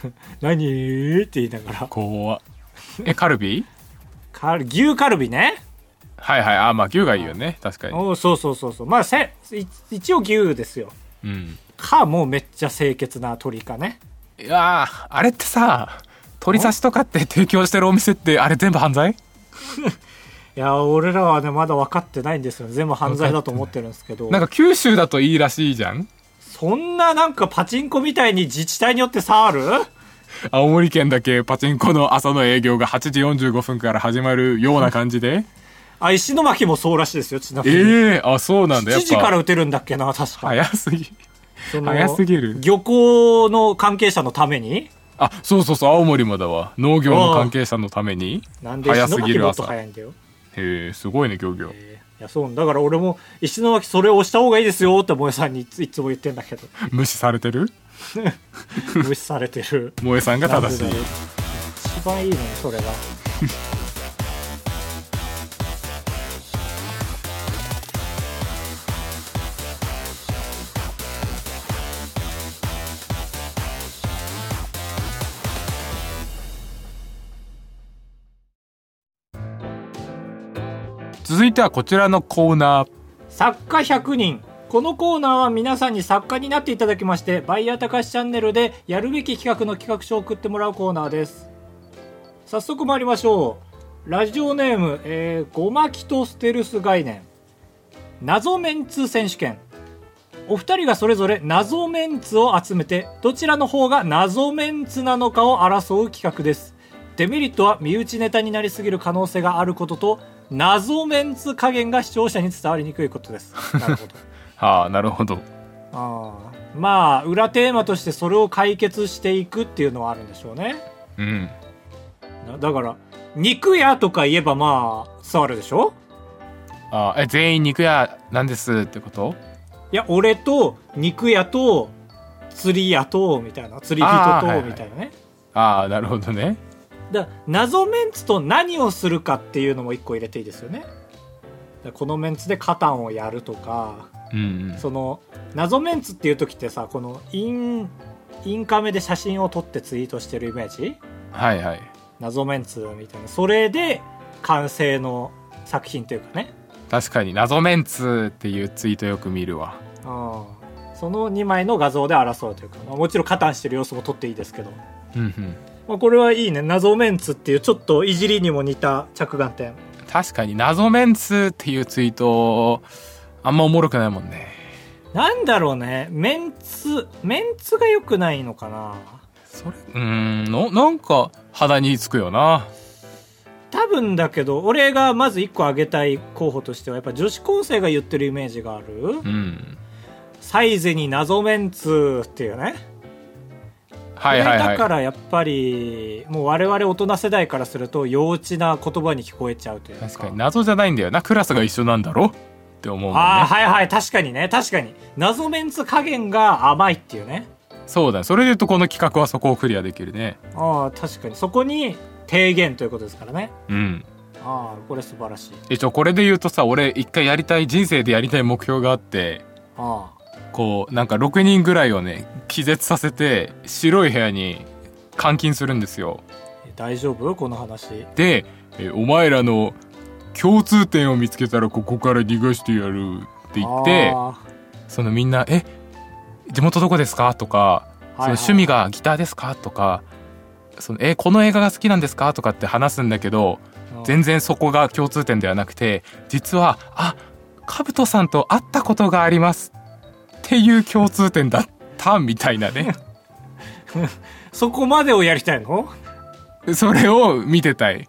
[SPEAKER 1] 何って言いながら
[SPEAKER 2] 怖っえカルビ
[SPEAKER 1] カル牛カルビね
[SPEAKER 2] はいはいあまあ牛がいいよね確かに
[SPEAKER 1] おうそうそうそうそうまあせい一応牛ですよ
[SPEAKER 2] うん
[SPEAKER 1] かもうめっちゃ清潔な鳥かね
[SPEAKER 2] いやーあれってさ鶏刺しとかって提供してるお店ってあれ全部犯罪
[SPEAKER 1] いや俺らはねまだ分かってないんですよ全部犯罪だと思ってるんですけど
[SPEAKER 2] なんか九州だといいらしいじゃん
[SPEAKER 1] そんななんかパチンコみたいに自治体によって差ある
[SPEAKER 2] 青森県だけパチンコの朝の営業が8時45分から始まるような感じで
[SPEAKER 1] あ石巻もそうらしいですよちなみ
[SPEAKER 2] え
[SPEAKER 1] に、
[SPEAKER 2] えあそうなんだや
[SPEAKER 1] 7
[SPEAKER 2] っ
[SPEAKER 1] 時から
[SPEAKER 2] ぱ
[SPEAKER 1] 打てるんだっけな確か
[SPEAKER 2] 早すぎ
[SPEAKER 1] その
[SPEAKER 2] 早すぎる
[SPEAKER 1] 漁港の関係者のために
[SPEAKER 2] あそうそうそう青森もだわ農業の関係者のために
[SPEAKER 1] なんで石
[SPEAKER 2] 早すぎ
[SPEAKER 1] 巻
[SPEAKER 2] る
[SPEAKER 1] もっと
[SPEAKER 2] 朝
[SPEAKER 1] 早いんだよ
[SPEAKER 2] へえすごいね漁業
[SPEAKER 1] いやそうだから俺も石巻それを押した方がいいですよって萌えさんにいついつも言ってんだけど
[SPEAKER 2] 無視されてる
[SPEAKER 1] 無視されてる
[SPEAKER 2] 萌えさんが正し
[SPEAKER 1] なんでだ
[SPEAKER 2] い
[SPEAKER 1] ろう一番いいねそれが
[SPEAKER 2] 続いてはこちらのコーナー
[SPEAKER 1] 作家100人このコーナーは皆さんに作家になっていただきましてバイヤーたかしチャンネルでやるべき企画の企画書を送ってもらうコーナーです早速参りましょうラジオネーム、えー、ゴマキとステルス概念謎メンツ選手権お二人がそれぞれ謎メンツを集めてどちらの方が謎メンツなのかを争う企画ですデメリットは身内ネタになりすぎる可能性があることと謎メンツ加減が視聴者に伝わりにくいことです なるほど
[SPEAKER 2] はあなるほど
[SPEAKER 1] あーまあ裏テーマとしてそれを解決していくっていうのはあるんでしょうね
[SPEAKER 2] うん
[SPEAKER 1] なだから肉屋とか言えばまあ伝わるでしょ
[SPEAKER 2] あえ全員肉屋なんですってこと
[SPEAKER 1] いや俺と肉屋と釣り屋とみたいな釣り人
[SPEAKER 2] あー
[SPEAKER 1] と
[SPEAKER 2] はいはい
[SPEAKER 1] みたいなね
[SPEAKER 2] ああなるほどね
[SPEAKER 1] だから謎メンツと何をするかっていうのも一個入れていいですよねだからこのメンツでカタンをやるとか
[SPEAKER 2] うん
[SPEAKER 1] その謎メンツっていう時ってさこのインインカメで写真を撮ってツイートしてるイメージ
[SPEAKER 2] はいはい
[SPEAKER 1] 謎メンツみたいなそれで完成の作品というかね
[SPEAKER 2] 確かに謎メンツっていうツイートよく見るわ
[SPEAKER 1] うんその2枚の画像で争うというか、まあもちろん加担してる様子も撮っていいですけど、
[SPEAKER 2] うんうん
[SPEAKER 1] まあ、これはいいね謎メンツっていうちょっといじりにも似た着眼点
[SPEAKER 2] 確かに謎メンツっていうツイートあんまおもろくないもんね
[SPEAKER 1] なんだろうねメンツメンツが良くないのかな
[SPEAKER 2] それうんのなんか肌につくよな
[SPEAKER 1] 多分だけど俺がまず1個挙げたい候補としてはやっぱ女子高生が言ってるイメージがある、
[SPEAKER 2] うん
[SPEAKER 1] サイゼに謎メンツっていうね
[SPEAKER 2] はいはい
[SPEAKER 1] こ
[SPEAKER 2] は
[SPEAKER 1] れ
[SPEAKER 2] い
[SPEAKER 1] だからやっぱりもう我々大人世代からすると幼稚な言葉に聞こえちゃうというか
[SPEAKER 2] 確かに謎じゃないんだよなクラスが一緒なんだろって思うもん
[SPEAKER 1] ああ
[SPEAKER 2] ね
[SPEAKER 1] はいはい確かにね確かに謎メンツ加減が甘いっていうね
[SPEAKER 2] そうだそれで言うとこの企画はそこをクリアできるね
[SPEAKER 1] ああ確かにそこに提言ということですからね
[SPEAKER 2] うん
[SPEAKER 1] ああこれ素晴らしい
[SPEAKER 2] 一応これで言うとさ俺一回やりたい人生でやりたい目標があって
[SPEAKER 1] ああ
[SPEAKER 2] こうなんか6人ぐらいをね気絶させて白い部屋に監禁するんですよ
[SPEAKER 1] え大丈夫この話
[SPEAKER 2] でえお前らの共通点を見つけたらここから逃がしてやるって言って
[SPEAKER 1] あ
[SPEAKER 2] そのみんな「え地元どこですか?」とか「
[SPEAKER 1] はいはい
[SPEAKER 2] その趣味がギターですか?」とか「そのえこの映画が好きなんですか?」とかって話すんだけど
[SPEAKER 1] あ
[SPEAKER 2] 全然そこが共通点ではなくて実は「あカブトさんと会ったことがあります」っていう共通点だったみたいなね
[SPEAKER 1] そこまでをやりたいの
[SPEAKER 2] それを見てたい。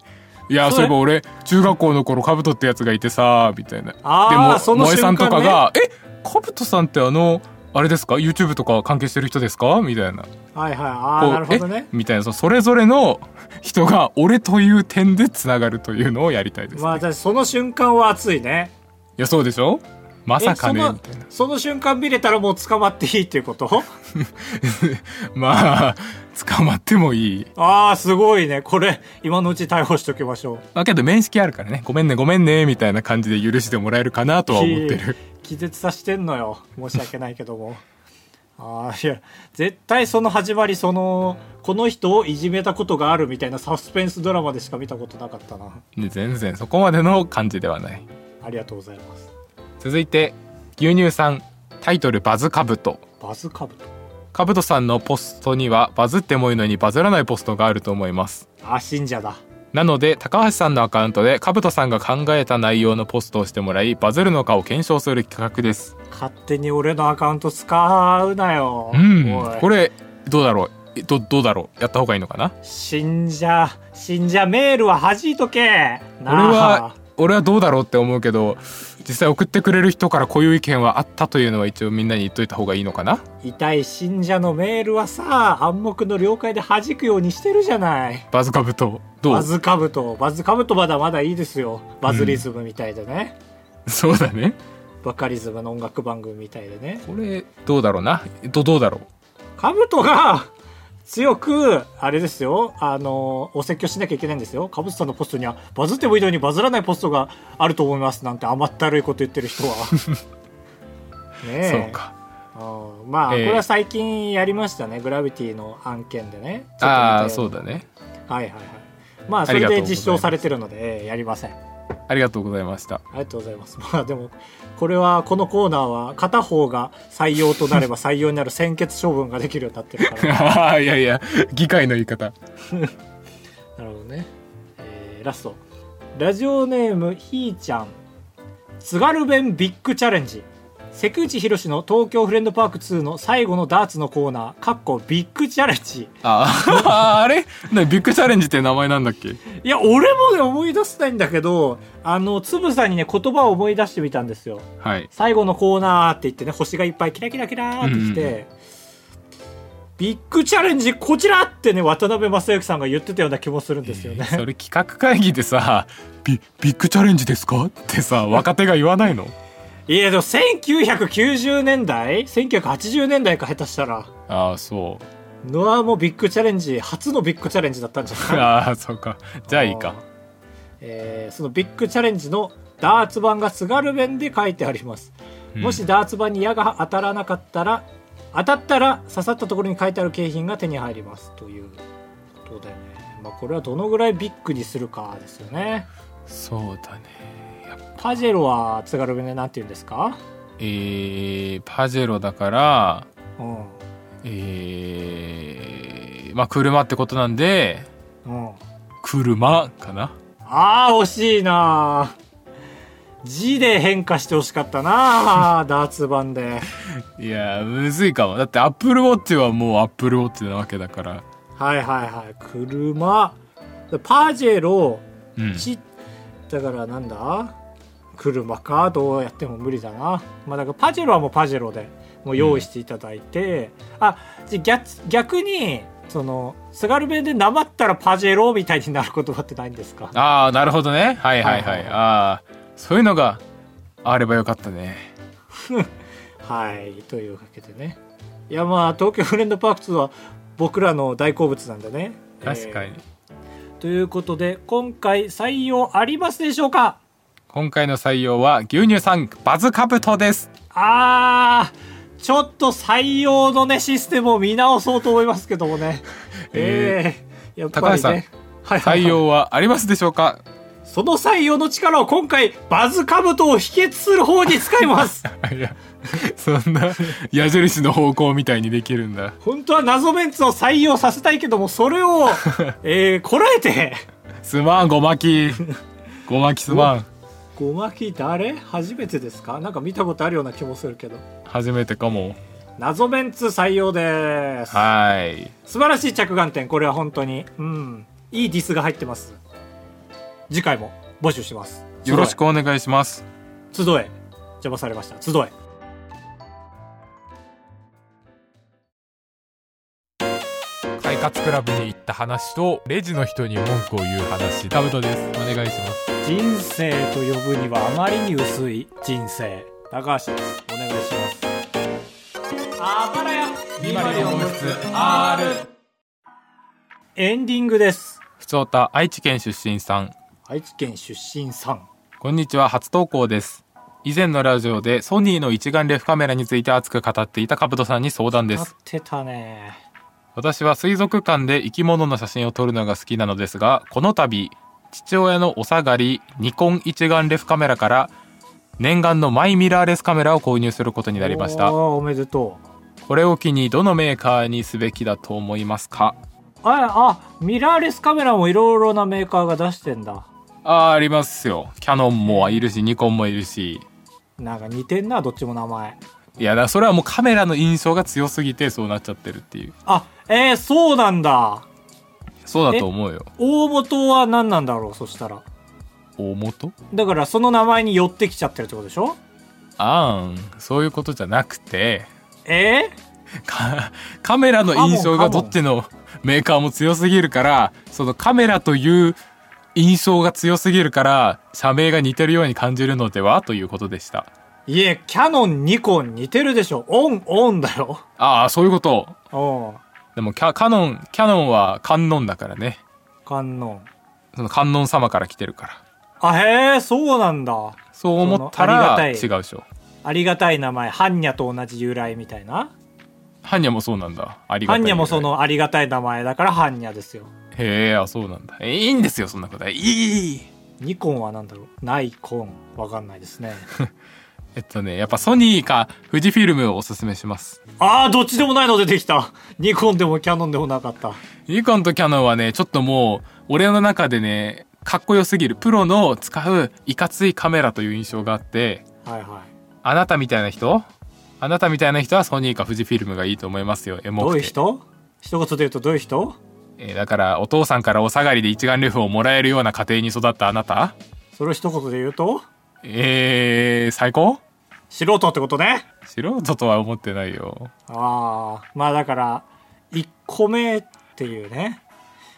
[SPEAKER 2] いや
[SPEAKER 1] それ
[SPEAKER 2] そういえば俺中学校の頃カブトってやつがいてさみたいな
[SPEAKER 1] あー
[SPEAKER 2] でも
[SPEAKER 1] その
[SPEAKER 2] 萌えさんとか
[SPEAKER 1] 瞬間
[SPEAKER 2] が「えカブトさんってあのあれですか YouTube とか関係してる人ですか?」みたいな
[SPEAKER 1] はいはいあ
[SPEAKER 2] こ
[SPEAKER 1] あ
[SPEAKER 2] う
[SPEAKER 1] なるほどね
[SPEAKER 2] えみたいなそのそれぞれの人が俺という点でつながるというのをやりたいです、
[SPEAKER 1] まあ私その瞬間は熱いね
[SPEAKER 2] いやそうでしょまさかね
[SPEAKER 1] えその
[SPEAKER 2] みたいな
[SPEAKER 1] その瞬間見れたらもう捕まっていいっていうこと
[SPEAKER 2] まあ捕まってもいい
[SPEAKER 1] ああすごいねこれ今のうち逮捕しときましょう
[SPEAKER 2] まあけど面識あるからねごめんねごめんねみたいな感じで許してもらえるかなとは思ってる
[SPEAKER 1] 気絶させてんのよ申し訳ないけども ああいや絶対その始まりそのこの人をいじめたことがあるみたいなサスペンスドラマでしか見たことなかったな
[SPEAKER 2] ね全然そこまでの感じではない
[SPEAKER 1] ありがとうございます
[SPEAKER 2] 続いて牛乳さんタイトル「バズカブト」
[SPEAKER 1] バズカブト
[SPEAKER 2] カブトさんのポストにはバズってもいいのにバズらないポストがあると思います
[SPEAKER 1] あ信者だ
[SPEAKER 2] なので高橋さんのアカウントでカブトさんが考えた内容のポストをしてもらいバズるのかを検証する企画です
[SPEAKER 1] 勝手に俺のアカウント使うなよ
[SPEAKER 2] うんこ
[SPEAKER 1] れ
[SPEAKER 2] れどうだろうどどうだろうやった方がいいのかな
[SPEAKER 1] 信者信者メールは弾いとけ
[SPEAKER 2] 俺は俺はどうだろうって思うけど実際送ってくれる人からこういう意見はあったというのは一応みんなに言っといた方がいいのかな
[SPEAKER 1] 痛い信者のメールはさ暗黙の了解で弾くようにしてるじゃない
[SPEAKER 2] バズカブトど
[SPEAKER 1] バ
[SPEAKER 2] う
[SPEAKER 1] ズカブトバズカブトまだまだいいですよバズリズムみたいでね、
[SPEAKER 2] そうだね
[SPEAKER 1] バカリズムの音楽番組みたいでね
[SPEAKER 2] これどうだろうなどどうだろう
[SPEAKER 1] カブトが強くあれですよあのお説教しなきゃいけないんですよカブトさんのポストにはバズってもいいのにバズらないポストがあると思いますなんて甘ったるいこと言ってる 人はねえ
[SPEAKER 2] そうか
[SPEAKER 1] うんまあ、
[SPEAKER 2] ええ
[SPEAKER 1] これは最近やりましたねグラビティの案件でね
[SPEAKER 2] ああーそううだね
[SPEAKER 1] はいはいはいまあそ
[SPEAKER 2] あり
[SPEAKER 1] れ
[SPEAKER 2] がとう
[SPEAKER 1] で
[SPEAKER 2] ございます
[SPEAKER 1] 実証されてるのでええやりません
[SPEAKER 2] ありがとうございました。
[SPEAKER 1] あ りがとうございます。まあでも、これは、このコーナーは、片方が採用となれば採用になる先決処分ができるようになってるから。
[SPEAKER 2] あーいやいや、議会の言い方。
[SPEAKER 1] なるほどね。えーラスト。ラジオネーム、ひーちゃん。津軽弁ビッグチャレンジ。関口博の東京フレンドパーク2の最後のダーツのコーナー、かっこビッグチャレンジ。
[SPEAKER 2] あー あれなビッグチャレンジって名前なんだっけ
[SPEAKER 1] いや、俺もね、思い出せないんだけど、あの、つぶさにね、言葉を思い出してみたんですよ。
[SPEAKER 2] はい。
[SPEAKER 1] 最後のコーナーって言ってね、星がいっぱいキラキラキラーってきて、
[SPEAKER 2] うんうん
[SPEAKER 1] ビッグチャレンジこちらってね、渡辺正行さんが言ってたような気もするんですよね。
[SPEAKER 2] それ企画会議でさ、ビビッグチャレンジですかってさ、若手が言わないの
[SPEAKER 1] いや、でも1990年代 ?1980 年代か下手したら。
[SPEAKER 2] ああ、 そう。
[SPEAKER 1] ノアもビッグチャレンジ、初のビッグチャレンジだったんじゃない
[SPEAKER 2] ああ、そうか。じゃあいいか。
[SPEAKER 1] えーそのビッグチャレンジのダーツ版が津軽弁で書いてあります、
[SPEAKER 2] うん
[SPEAKER 1] もしダーツ版に矢が当たらなかったら当たったら刺さったところに書いてある景品が手に入りますということだよね、まあ、これはどのぐらいビッグにするかですよね
[SPEAKER 2] そうだね。やっぱ
[SPEAKER 1] パジェロは津軽弁で何て言うんですか
[SPEAKER 2] えー、パジェロだから、
[SPEAKER 1] うん
[SPEAKER 2] えー、まあ車ってことなんで、
[SPEAKER 1] うん
[SPEAKER 2] 車かな
[SPEAKER 1] ああ惜しいな字で変化してほしかったなダーツ版で
[SPEAKER 2] いやー、むずいかも。だってアップルウォッチはもうアップルウォッチなわけだから。
[SPEAKER 1] はいはいはい車パジェロ
[SPEAKER 2] うん。
[SPEAKER 1] ちだからなんだ車かどうやっても無理だなまあだからパジェロはもうパジェロでもう用意していただいて、あじゃ逆逆にその津軽弁でなまったらパジェロみたいになることってないんですか
[SPEAKER 2] ああ、なるほどね。はいは
[SPEAKER 1] は
[SPEAKER 2] いはいい。
[SPEAKER 1] はいはい
[SPEAKER 2] ああ、そういうのがあればよかったね。
[SPEAKER 1] はいというわけでねいやまあ東京フレンドパーク2は僕らの大好物なんでね
[SPEAKER 2] 確かに。
[SPEAKER 1] えーということで今回採用ありますでしょうか
[SPEAKER 2] 今回の採用は牛乳さんバズカブト です。
[SPEAKER 1] あーちょっと採用のねシステムを見直そうと思いますけどもねえ
[SPEAKER 2] え
[SPEAKER 1] えやっぱりねはいはい
[SPEAKER 2] 採用はありますでしょうか
[SPEAKER 1] その採用の力を今回バズカブトを秘訣する方に使います
[SPEAKER 2] いや、そんな矢印の方向みたいにできるんだ。
[SPEAKER 1] 本当は謎メンツを採用させたいけどもそれ をえー、こらえて
[SPEAKER 2] すまん、ごま き。ごまきすまん。
[SPEAKER 1] ごまき誰初めてですかなんか見たことあるような気もするけど
[SPEAKER 2] 初めてかも。
[SPEAKER 1] 謎メンツ採用です
[SPEAKER 2] はい。
[SPEAKER 1] 素晴らしい着眼点これは本当にうんいいディスが入ってます次回も募集します
[SPEAKER 2] よろしくお願いします。
[SPEAKER 1] 集え集え邪魔されました集え
[SPEAKER 2] 快活クラブに行った話と、レジの人に文句を言う話。カブトです。お願いします。
[SPEAKER 1] 人生と呼ぶにはあまりに薄い人生高橋ですお願いしますあばらやエンディングです
[SPEAKER 2] ふつおた愛知県出身さん
[SPEAKER 1] 愛知県出身さん
[SPEAKER 2] こんにちは初投稿です以前のラジオでソニーの一眼レフカメラについて熱く語っていたカブトさんに相談で
[SPEAKER 1] 合っ
[SPEAKER 2] す
[SPEAKER 1] てたね
[SPEAKER 2] 私は水族館で生き物の写真を撮るのが好きなのですがこの度父親のお下がりニコン一眼レフカメラから念願のマイミラーレスカメラを購入することになりました
[SPEAKER 1] おーおめでとう
[SPEAKER 2] これを機にどのメーカーにすべきだと思いますか
[SPEAKER 1] ああミラーレスカメラもいろいろなメーカーが出してんだ
[SPEAKER 2] あーありますよキャノンもいるしニコンもいるし
[SPEAKER 1] なんか似てんなどっちも名前
[SPEAKER 2] いやだからそれはもうカメラの印象が強すぎてそうなっちゃってるっていう
[SPEAKER 1] あえー、そうなんだ
[SPEAKER 2] そうだと思うよ
[SPEAKER 1] 大元は何なんだろうそしたら
[SPEAKER 2] 大元
[SPEAKER 1] だからその名前に寄ってきちゃってるってことでしょ
[SPEAKER 2] あーんそういうことじゃなくて
[SPEAKER 1] え
[SPEAKER 2] かカメラの印象がどっちのメーカーも強すぎるからそのカメラという印象が強すぎるから社名が似てるように感じるのではということでした
[SPEAKER 1] ー、いえキャノンニコン似てるでしょオンオンだよ
[SPEAKER 2] ああそういうこと
[SPEAKER 1] うん
[SPEAKER 2] でもキャカノンキャノンは観音だからね
[SPEAKER 1] 観音
[SPEAKER 2] その観音様から来てるから
[SPEAKER 1] あへえそうなんだ
[SPEAKER 2] そう思った
[SPEAKER 1] その
[SPEAKER 2] ら
[SPEAKER 1] あ
[SPEAKER 2] 違
[SPEAKER 1] りが
[SPEAKER 2] う
[SPEAKER 1] たい
[SPEAKER 2] でしょ
[SPEAKER 1] ありがたい名前ハンニャと同じ由来みたいな
[SPEAKER 2] ハンニャもそうなんだありが
[SPEAKER 1] ハ
[SPEAKER 2] たい
[SPEAKER 1] ンニャもそのありがたい名前だからハンニャですよ
[SPEAKER 2] へえ、あ、そうなんだ。えいいんですよ、そんなことは。いい
[SPEAKER 1] ニコンは何だろうナイコンわかんないですね
[SPEAKER 2] えっとね、やっぱソニーか富士フィルムをおすすめします。
[SPEAKER 1] ああどっちでもないの出てきたニコンでもキャノンでもなかった
[SPEAKER 2] ニコンとキャノンはね、ちょっともう、俺の中でね、かっこよすぎる。プロの使ういかついカメラという印象があって、
[SPEAKER 1] はいは
[SPEAKER 2] あなたみたいな人あなたみたいな人はソニーか富士フィルムがいいと思いますよ。エ
[SPEAKER 1] い
[SPEAKER 2] モく
[SPEAKER 1] ど
[SPEAKER 2] て
[SPEAKER 1] ういう人一言で言うとどういう人
[SPEAKER 2] えーだから、お父さんからお下がりで一眼レフをもらえるような家庭に育ったあなた
[SPEAKER 1] それを一言で言うと
[SPEAKER 2] えー、最高
[SPEAKER 1] 素人ってことね
[SPEAKER 2] 素人とは思ってないよ。
[SPEAKER 1] ああまあだから1個目っていうね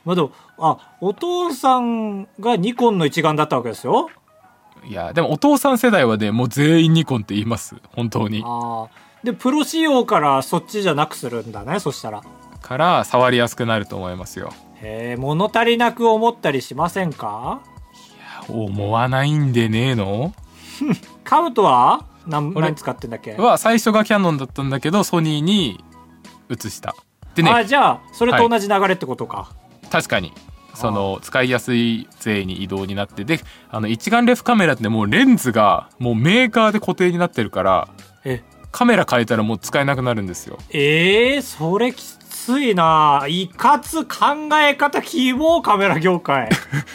[SPEAKER 1] まあでもあお父さんがニコンの一眼だったわけですよ
[SPEAKER 2] いや、でもお父さん世代はね、もう全員ニコンって言います。本当に。
[SPEAKER 1] ああでプロ仕様からそっちじゃなくするんだねそしたら
[SPEAKER 2] から、触りやすくなると思いますよ。
[SPEAKER 1] へえ物足りなく思ったりしませんか
[SPEAKER 2] 思わないんでねえの
[SPEAKER 1] カウトは何
[SPEAKER 2] 俺
[SPEAKER 1] 何使ってんだっけ
[SPEAKER 2] は最初がキャノンだったんだけどソニーに移したで
[SPEAKER 1] あ
[SPEAKER 2] ね
[SPEAKER 1] じゃあそれと同じ流れってことか、
[SPEAKER 2] 確かにその使いやすい税に移動になってであの一眼レフカメラってもうレンズがもうメーカーで固定になってるから
[SPEAKER 1] え
[SPEAKER 2] カメラ変えたらもう使えなくなるんですよ
[SPEAKER 1] えー、それきついないかつ考え方希望カメラ業 界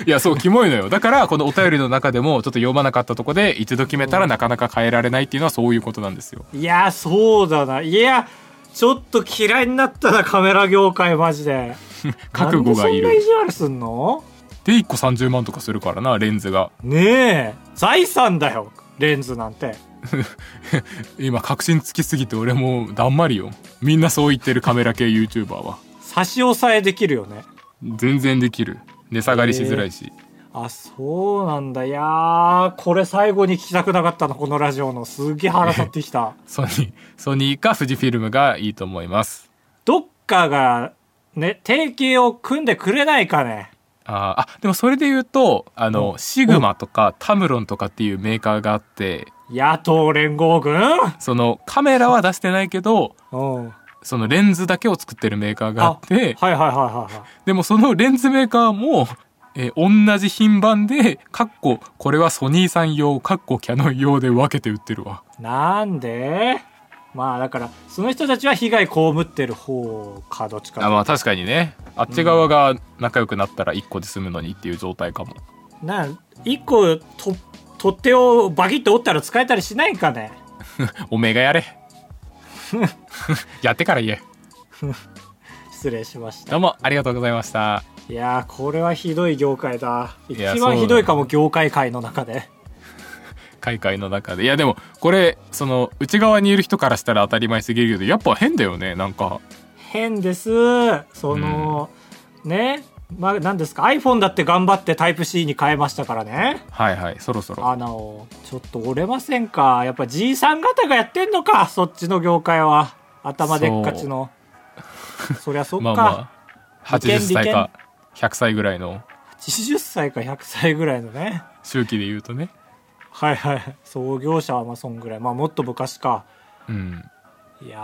[SPEAKER 2] いやそうキモいのよだからこのお便りの中でもちょっと読まなかったとこで一度決めたらなかなか変えられないっていうのはそういうことなんですよ
[SPEAKER 1] いやそうだないやちょっと嫌いになったなカメラ業界マジで
[SPEAKER 2] 覚
[SPEAKER 1] なんで
[SPEAKER 2] 悟がい
[SPEAKER 1] そんな意
[SPEAKER 2] る
[SPEAKER 1] 地悪すんの
[SPEAKER 2] で1個30万とかするからなレンズが
[SPEAKER 1] ねえ財産だよレンズなんて
[SPEAKER 2] 今確信つきすぎて俺もうだんまりよみんなそう言ってるカメラ系 YouTuber は
[SPEAKER 1] 差し押さえできるよね
[SPEAKER 2] 全然できる値下がりしづらいし、
[SPEAKER 1] あそうなんだいやーこれ最後に聞きたくなかったのこのラジオのすげえ腹立ってきた
[SPEAKER 2] ソニーソニーか富士フィルムがいいと思います
[SPEAKER 1] どっかがね提携を組んでくれないかね
[SPEAKER 2] あーあでもそれで言うとあのシグマとかタムロンとかっていうメーカーがあって
[SPEAKER 1] 野党連合軍
[SPEAKER 2] そのカメラは出してないけど
[SPEAKER 1] うん
[SPEAKER 2] そのレンズだけを作ってるメーカーがあって
[SPEAKER 1] はいはいはいはいはい
[SPEAKER 2] でもそのレンズメーカーも、えー同じ品番でかっここれはソニーさん用かっこキャノン用で分けて売ってるわ
[SPEAKER 1] なんでまあだからその人たちは被害被ってる方かどっちか
[SPEAKER 2] あまあ確かにねあっち側が仲良くなったら1個で済むのにっていう状態かも、
[SPEAKER 1] な一個と取っ手をバキッと折ったら使えたりしないかね
[SPEAKER 2] おめえがやれやってから言え
[SPEAKER 1] 失礼しました
[SPEAKER 2] どうもありがとうございました
[SPEAKER 1] いやーこれはひどい業界だ一
[SPEAKER 2] いやそう
[SPEAKER 1] 番
[SPEAKER 2] だ
[SPEAKER 1] ひどいかも業界界の中で
[SPEAKER 2] 開会の中でいやでもこれその内側にいる人からしたら当たり前すぎるけどやっぱ変だよねなんか
[SPEAKER 1] 変ですその、ねまあ何ですか iPhone だって頑張ってタイプ C に変えましたからね
[SPEAKER 2] はいはいそろそろ
[SPEAKER 1] あのちょっと折れませんかやっぱじいさん方がやってんのかそっちの業界は頭でっかちのそりゃそっか、
[SPEAKER 2] まあまあ
[SPEAKER 1] 利権
[SPEAKER 2] 80歳か100歳ぐらいの
[SPEAKER 1] 80歳か100歳ぐらいのね
[SPEAKER 2] 周期で言うとね
[SPEAKER 1] はいはい創業者はまあそんぐらいまあもっと昔か
[SPEAKER 2] うん
[SPEAKER 1] いや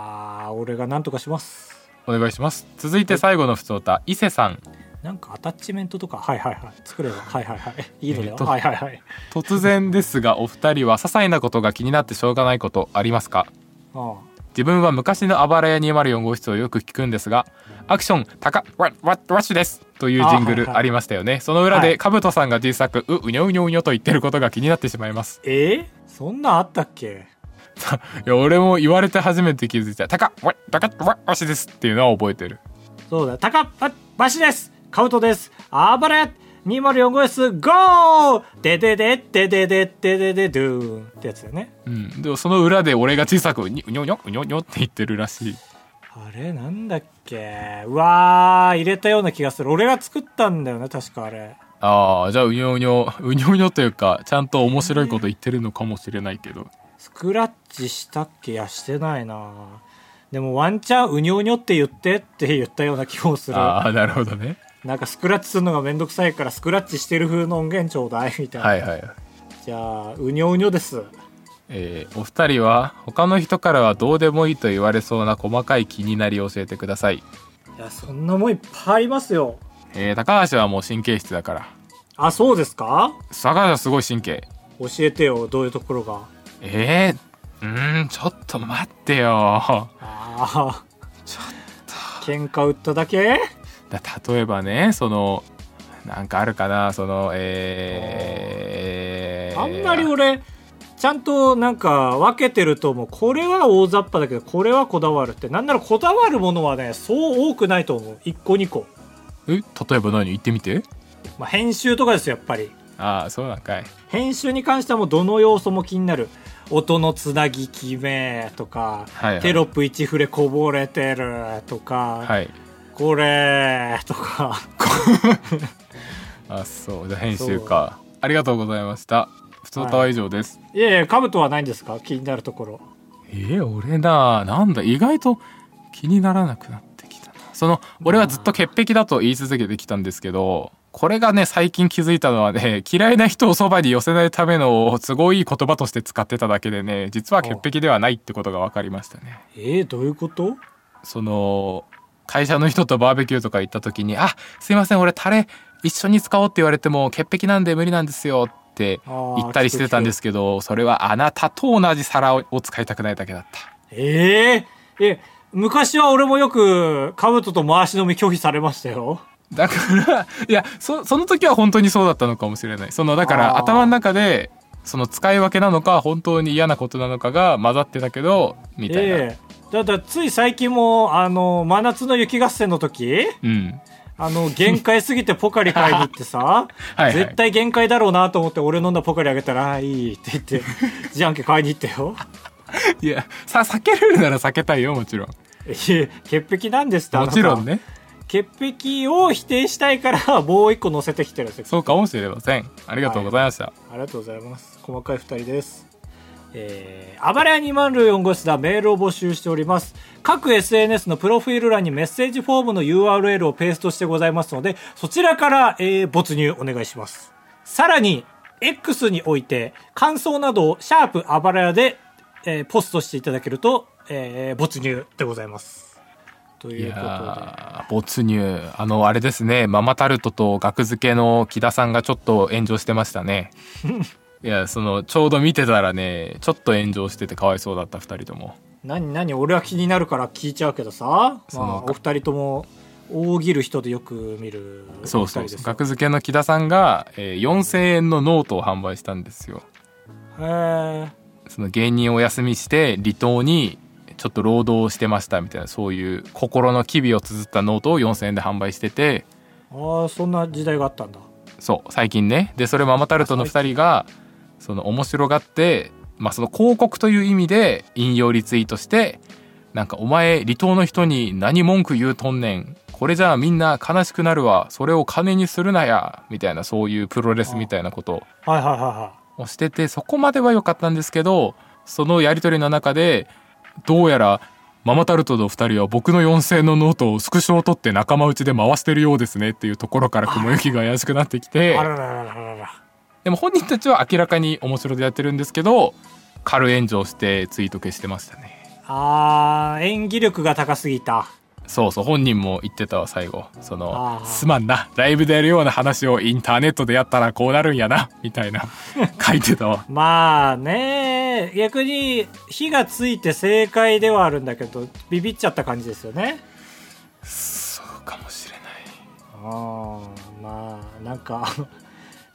[SPEAKER 1] ー俺がなんとかします
[SPEAKER 2] お願いします続いて最後の普通歌伊勢さん
[SPEAKER 1] なんかアタッチメントとかはいはいはい作ればはいはいはいいいのだよ、
[SPEAKER 2] えっと
[SPEAKER 1] はいはいはい
[SPEAKER 2] 突然ですがお二人は些細なことが気になってしょうがないことありますか
[SPEAKER 1] うん
[SPEAKER 2] 自分は昔のあばらや204号室をよく聞くんですがアクション「タカワッワッワッシュです」とい
[SPEAKER 1] あ
[SPEAKER 2] うジング
[SPEAKER 1] はいは
[SPEAKER 2] ル
[SPEAKER 1] い
[SPEAKER 2] ありましたよねその裏
[SPEAKER 1] はい
[SPEAKER 2] でかぶとさんが小さく「ううにょうにょうにょ」と言ってることが気になってしまいます
[SPEAKER 1] えー、そんなんあったっけ
[SPEAKER 2] いや俺も言われて初めて気づいた「タカワッタカワッワッシュです」っていうのは覚えてる
[SPEAKER 1] そうだ、高ばばしです。カウトです。あばれ204号室、ゴーでででででででででドゥーンってやつだよね。
[SPEAKER 2] うんでもその裏で俺が小さく「うにょうにょうにょうにょ」って言ってるらしい
[SPEAKER 1] あれなんだっけうわー、入れたような気がする。俺が作ったんだよね、確かあれ。
[SPEAKER 2] ああじゃあうにょうにょうにょうにょというかちゃんと面白いこと言ってるのかもしれないけど
[SPEAKER 1] スクラッチしたっけいや、してないなでもワンチャンうにょうにょって言ってって言ったような気もする。
[SPEAKER 2] ああなるほどね
[SPEAKER 1] なんかスクラッチするのがめんどくさいからスクラッチしてる風の音源ちょうだいみたいな。
[SPEAKER 2] はいはい
[SPEAKER 1] じゃあ、うにょうにょです。
[SPEAKER 2] えーお二人は他の人からはどうでもいいと言われそうな細かい気になりを教えてください、
[SPEAKER 1] いや、そんなもんいっぱいありますよ。
[SPEAKER 2] えー高橋はもう神経質だから
[SPEAKER 1] あそうですか
[SPEAKER 2] 佐賀さんすごい神経
[SPEAKER 1] 教えてよどういうところが
[SPEAKER 2] えー、うーんちょっと待ってよ
[SPEAKER 1] ああ喧嘩売っただけ
[SPEAKER 2] だ例えばねそのなんかあるかなそのえー、
[SPEAKER 1] あんまり俺ちゃんとなんか分けてると思うこれは大雑把だけどこれはこだわるってなんならこだわるものはねそう多くないと思う1個2個、
[SPEAKER 2] え例えば何言ってみて
[SPEAKER 1] まあ、編集とかですよやっぱり
[SPEAKER 2] ああそうなんかい
[SPEAKER 1] 編集に関してはもうどの要素も気になる音のつなぎ決めとか、
[SPEAKER 2] はいはい
[SPEAKER 1] テロップ1フレこぼれてるとか、
[SPEAKER 2] はい
[SPEAKER 1] これとか
[SPEAKER 2] あそうじゃあ編集かありがとうございました普通のタワー以上です、
[SPEAKER 1] いやいやかぶとはないんですか気になるところ
[SPEAKER 2] えー、俺だなんだ意外と気にならなくなってきたなその俺はずっと潔癖だと言い続けてきたんですけどこれがね最近気づいたのはね嫌いな人をそばに寄せないための都合いい言葉として使ってただけでね実は潔癖ではないってことが分かりましたね
[SPEAKER 1] えー、どういうこと
[SPEAKER 2] その会社の人とバーベキューとか行った時に「あすいません俺タレ一緒に使おう」って言われても潔癖なんで無理なんですよって言ったりしてたんですけどそれはあなたと同じ皿を使いたくないだけだった
[SPEAKER 1] えー、え昔は俺もよくかぶとと回し飲み拒否されましたよ
[SPEAKER 2] だからいやそその時は本当にそうだったのかもしれないそのだか
[SPEAKER 1] あ
[SPEAKER 2] ら
[SPEAKER 1] ー
[SPEAKER 2] 頭の中でその使い分けなのか本当に嫌なことなのかが混ざってたけどみたいな、
[SPEAKER 1] ええだだつい最近もあの真夏の雪合戦の時
[SPEAKER 2] うん
[SPEAKER 1] あの限界すぎてポカリ買いに行ってさ
[SPEAKER 2] はいはい
[SPEAKER 1] 絶対限界だろうなと思って俺飲んだポカリあげたらあーいいって言ってじゃんけん買いに行ったよ
[SPEAKER 2] いやさ避けれるなら避けたいよもちろん
[SPEAKER 1] いえ潔癖なんですってあな
[SPEAKER 2] も
[SPEAKER 1] た
[SPEAKER 2] ちろんね
[SPEAKER 1] 潔癖を否定したいから もう一個乗せてきてるんですよ
[SPEAKER 2] そうかもしれませんありがとうございました、
[SPEAKER 1] ありがとうございます。細かい二人です。えー、暴れ屋2万類4号室だメールを募集しております。各 SNS のプロフィール欄にメッセージフォームの URL をペーストしてございますので、そちらから、えー没入お願いします。さらに、X において、感想などをシャープあばらやで、えーポストしていただけると、えー没入でございます。と
[SPEAKER 2] い
[SPEAKER 1] いうことで。
[SPEAKER 2] やー没入あのあれですねママタルトと額付けの木田さんがちょっと炎上してました ねいやそのちょうど見てたらねちょっと炎上しててかわいそうだった2人とも
[SPEAKER 1] 何何俺は気になるから聞いちゃうけどさ、
[SPEAKER 2] その
[SPEAKER 1] まあ、お二人とも大喜る人でよく見るお二人です
[SPEAKER 2] そうそうそう額付けの木田さんが、えー4000円のノートを販売したんですよ
[SPEAKER 1] へえ
[SPEAKER 2] その芸人をお休みして離島にちょっと労働をしてましたみたいなそういう心の機微を綴ったノートを4000円で販売してて
[SPEAKER 1] ああそんな時代があったんだ
[SPEAKER 2] そう最近ねでそれママタルトの2人がその面白がって、まあ、その広告という意味で引用リツイートしてなんか「お前離島の人に何文句言うとんねんこれじゃあみんな悲しくなるわそれを金にするなや」みたいなそういうプロレスみたいなこと
[SPEAKER 1] はいはいはいは
[SPEAKER 2] をしててそこまでは良かったんですけどそのやり取りの中でどうやらママタルトの2人は僕の4000のノートをスクショを取って仲間内で回してるようですねっていうところから雲行きが怪しくなってき
[SPEAKER 1] い、
[SPEAKER 2] て
[SPEAKER 1] あららららららら
[SPEAKER 2] でも本人たちは明らかに面白でやってるんですけど軽炎上してツイート消してましたね
[SPEAKER 1] あー演技力が高すぎた
[SPEAKER 2] そうそう本人も言ってたわ最後そ
[SPEAKER 1] あ
[SPEAKER 2] の
[SPEAKER 1] ー
[SPEAKER 2] すまんなライブでやるような話をインターネットでやったらこうなるんやなみたいな 書いてたわ
[SPEAKER 1] まあね逆に火がついて正解ではあるんだけどビビっちゃった感じですよね
[SPEAKER 2] そうかもしれない
[SPEAKER 1] あーまあなんか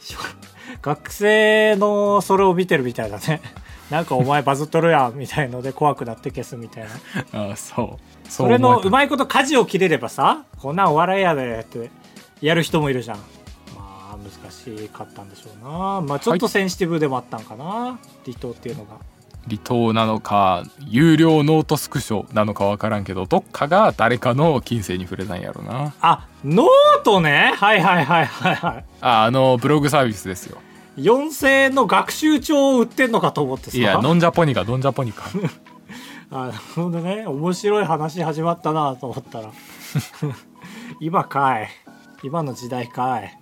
[SPEAKER 1] 学生のそれを見てるみたいだね なんかお前バズっとるやんみたいので怖くなって消すみたいな
[SPEAKER 2] あーそうそ
[SPEAKER 1] それのう
[SPEAKER 2] い
[SPEAKER 1] まいこと舵を切れればさこんなんお笑いやでってやる人もいるじゃんまあ難しかったんでしょうなまあちょっとセンシティブでもあったんかな、離島っていうのが
[SPEAKER 2] 離島なのか有料ノートスクショなのかわからんけどどっかが誰かの金銭に触れたんやろな
[SPEAKER 1] あノートねはいはいはいはいはい
[SPEAKER 2] ああのブログサービスですよ
[SPEAKER 1] 4000円の学習帳を売ってんのかと思ってさ
[SPEAKER 2] いやノンジャポニカノンジャポニカ
[SPEAKER 1] あなるほどね面白い話 始まったなと思ったら今かい今の時代かい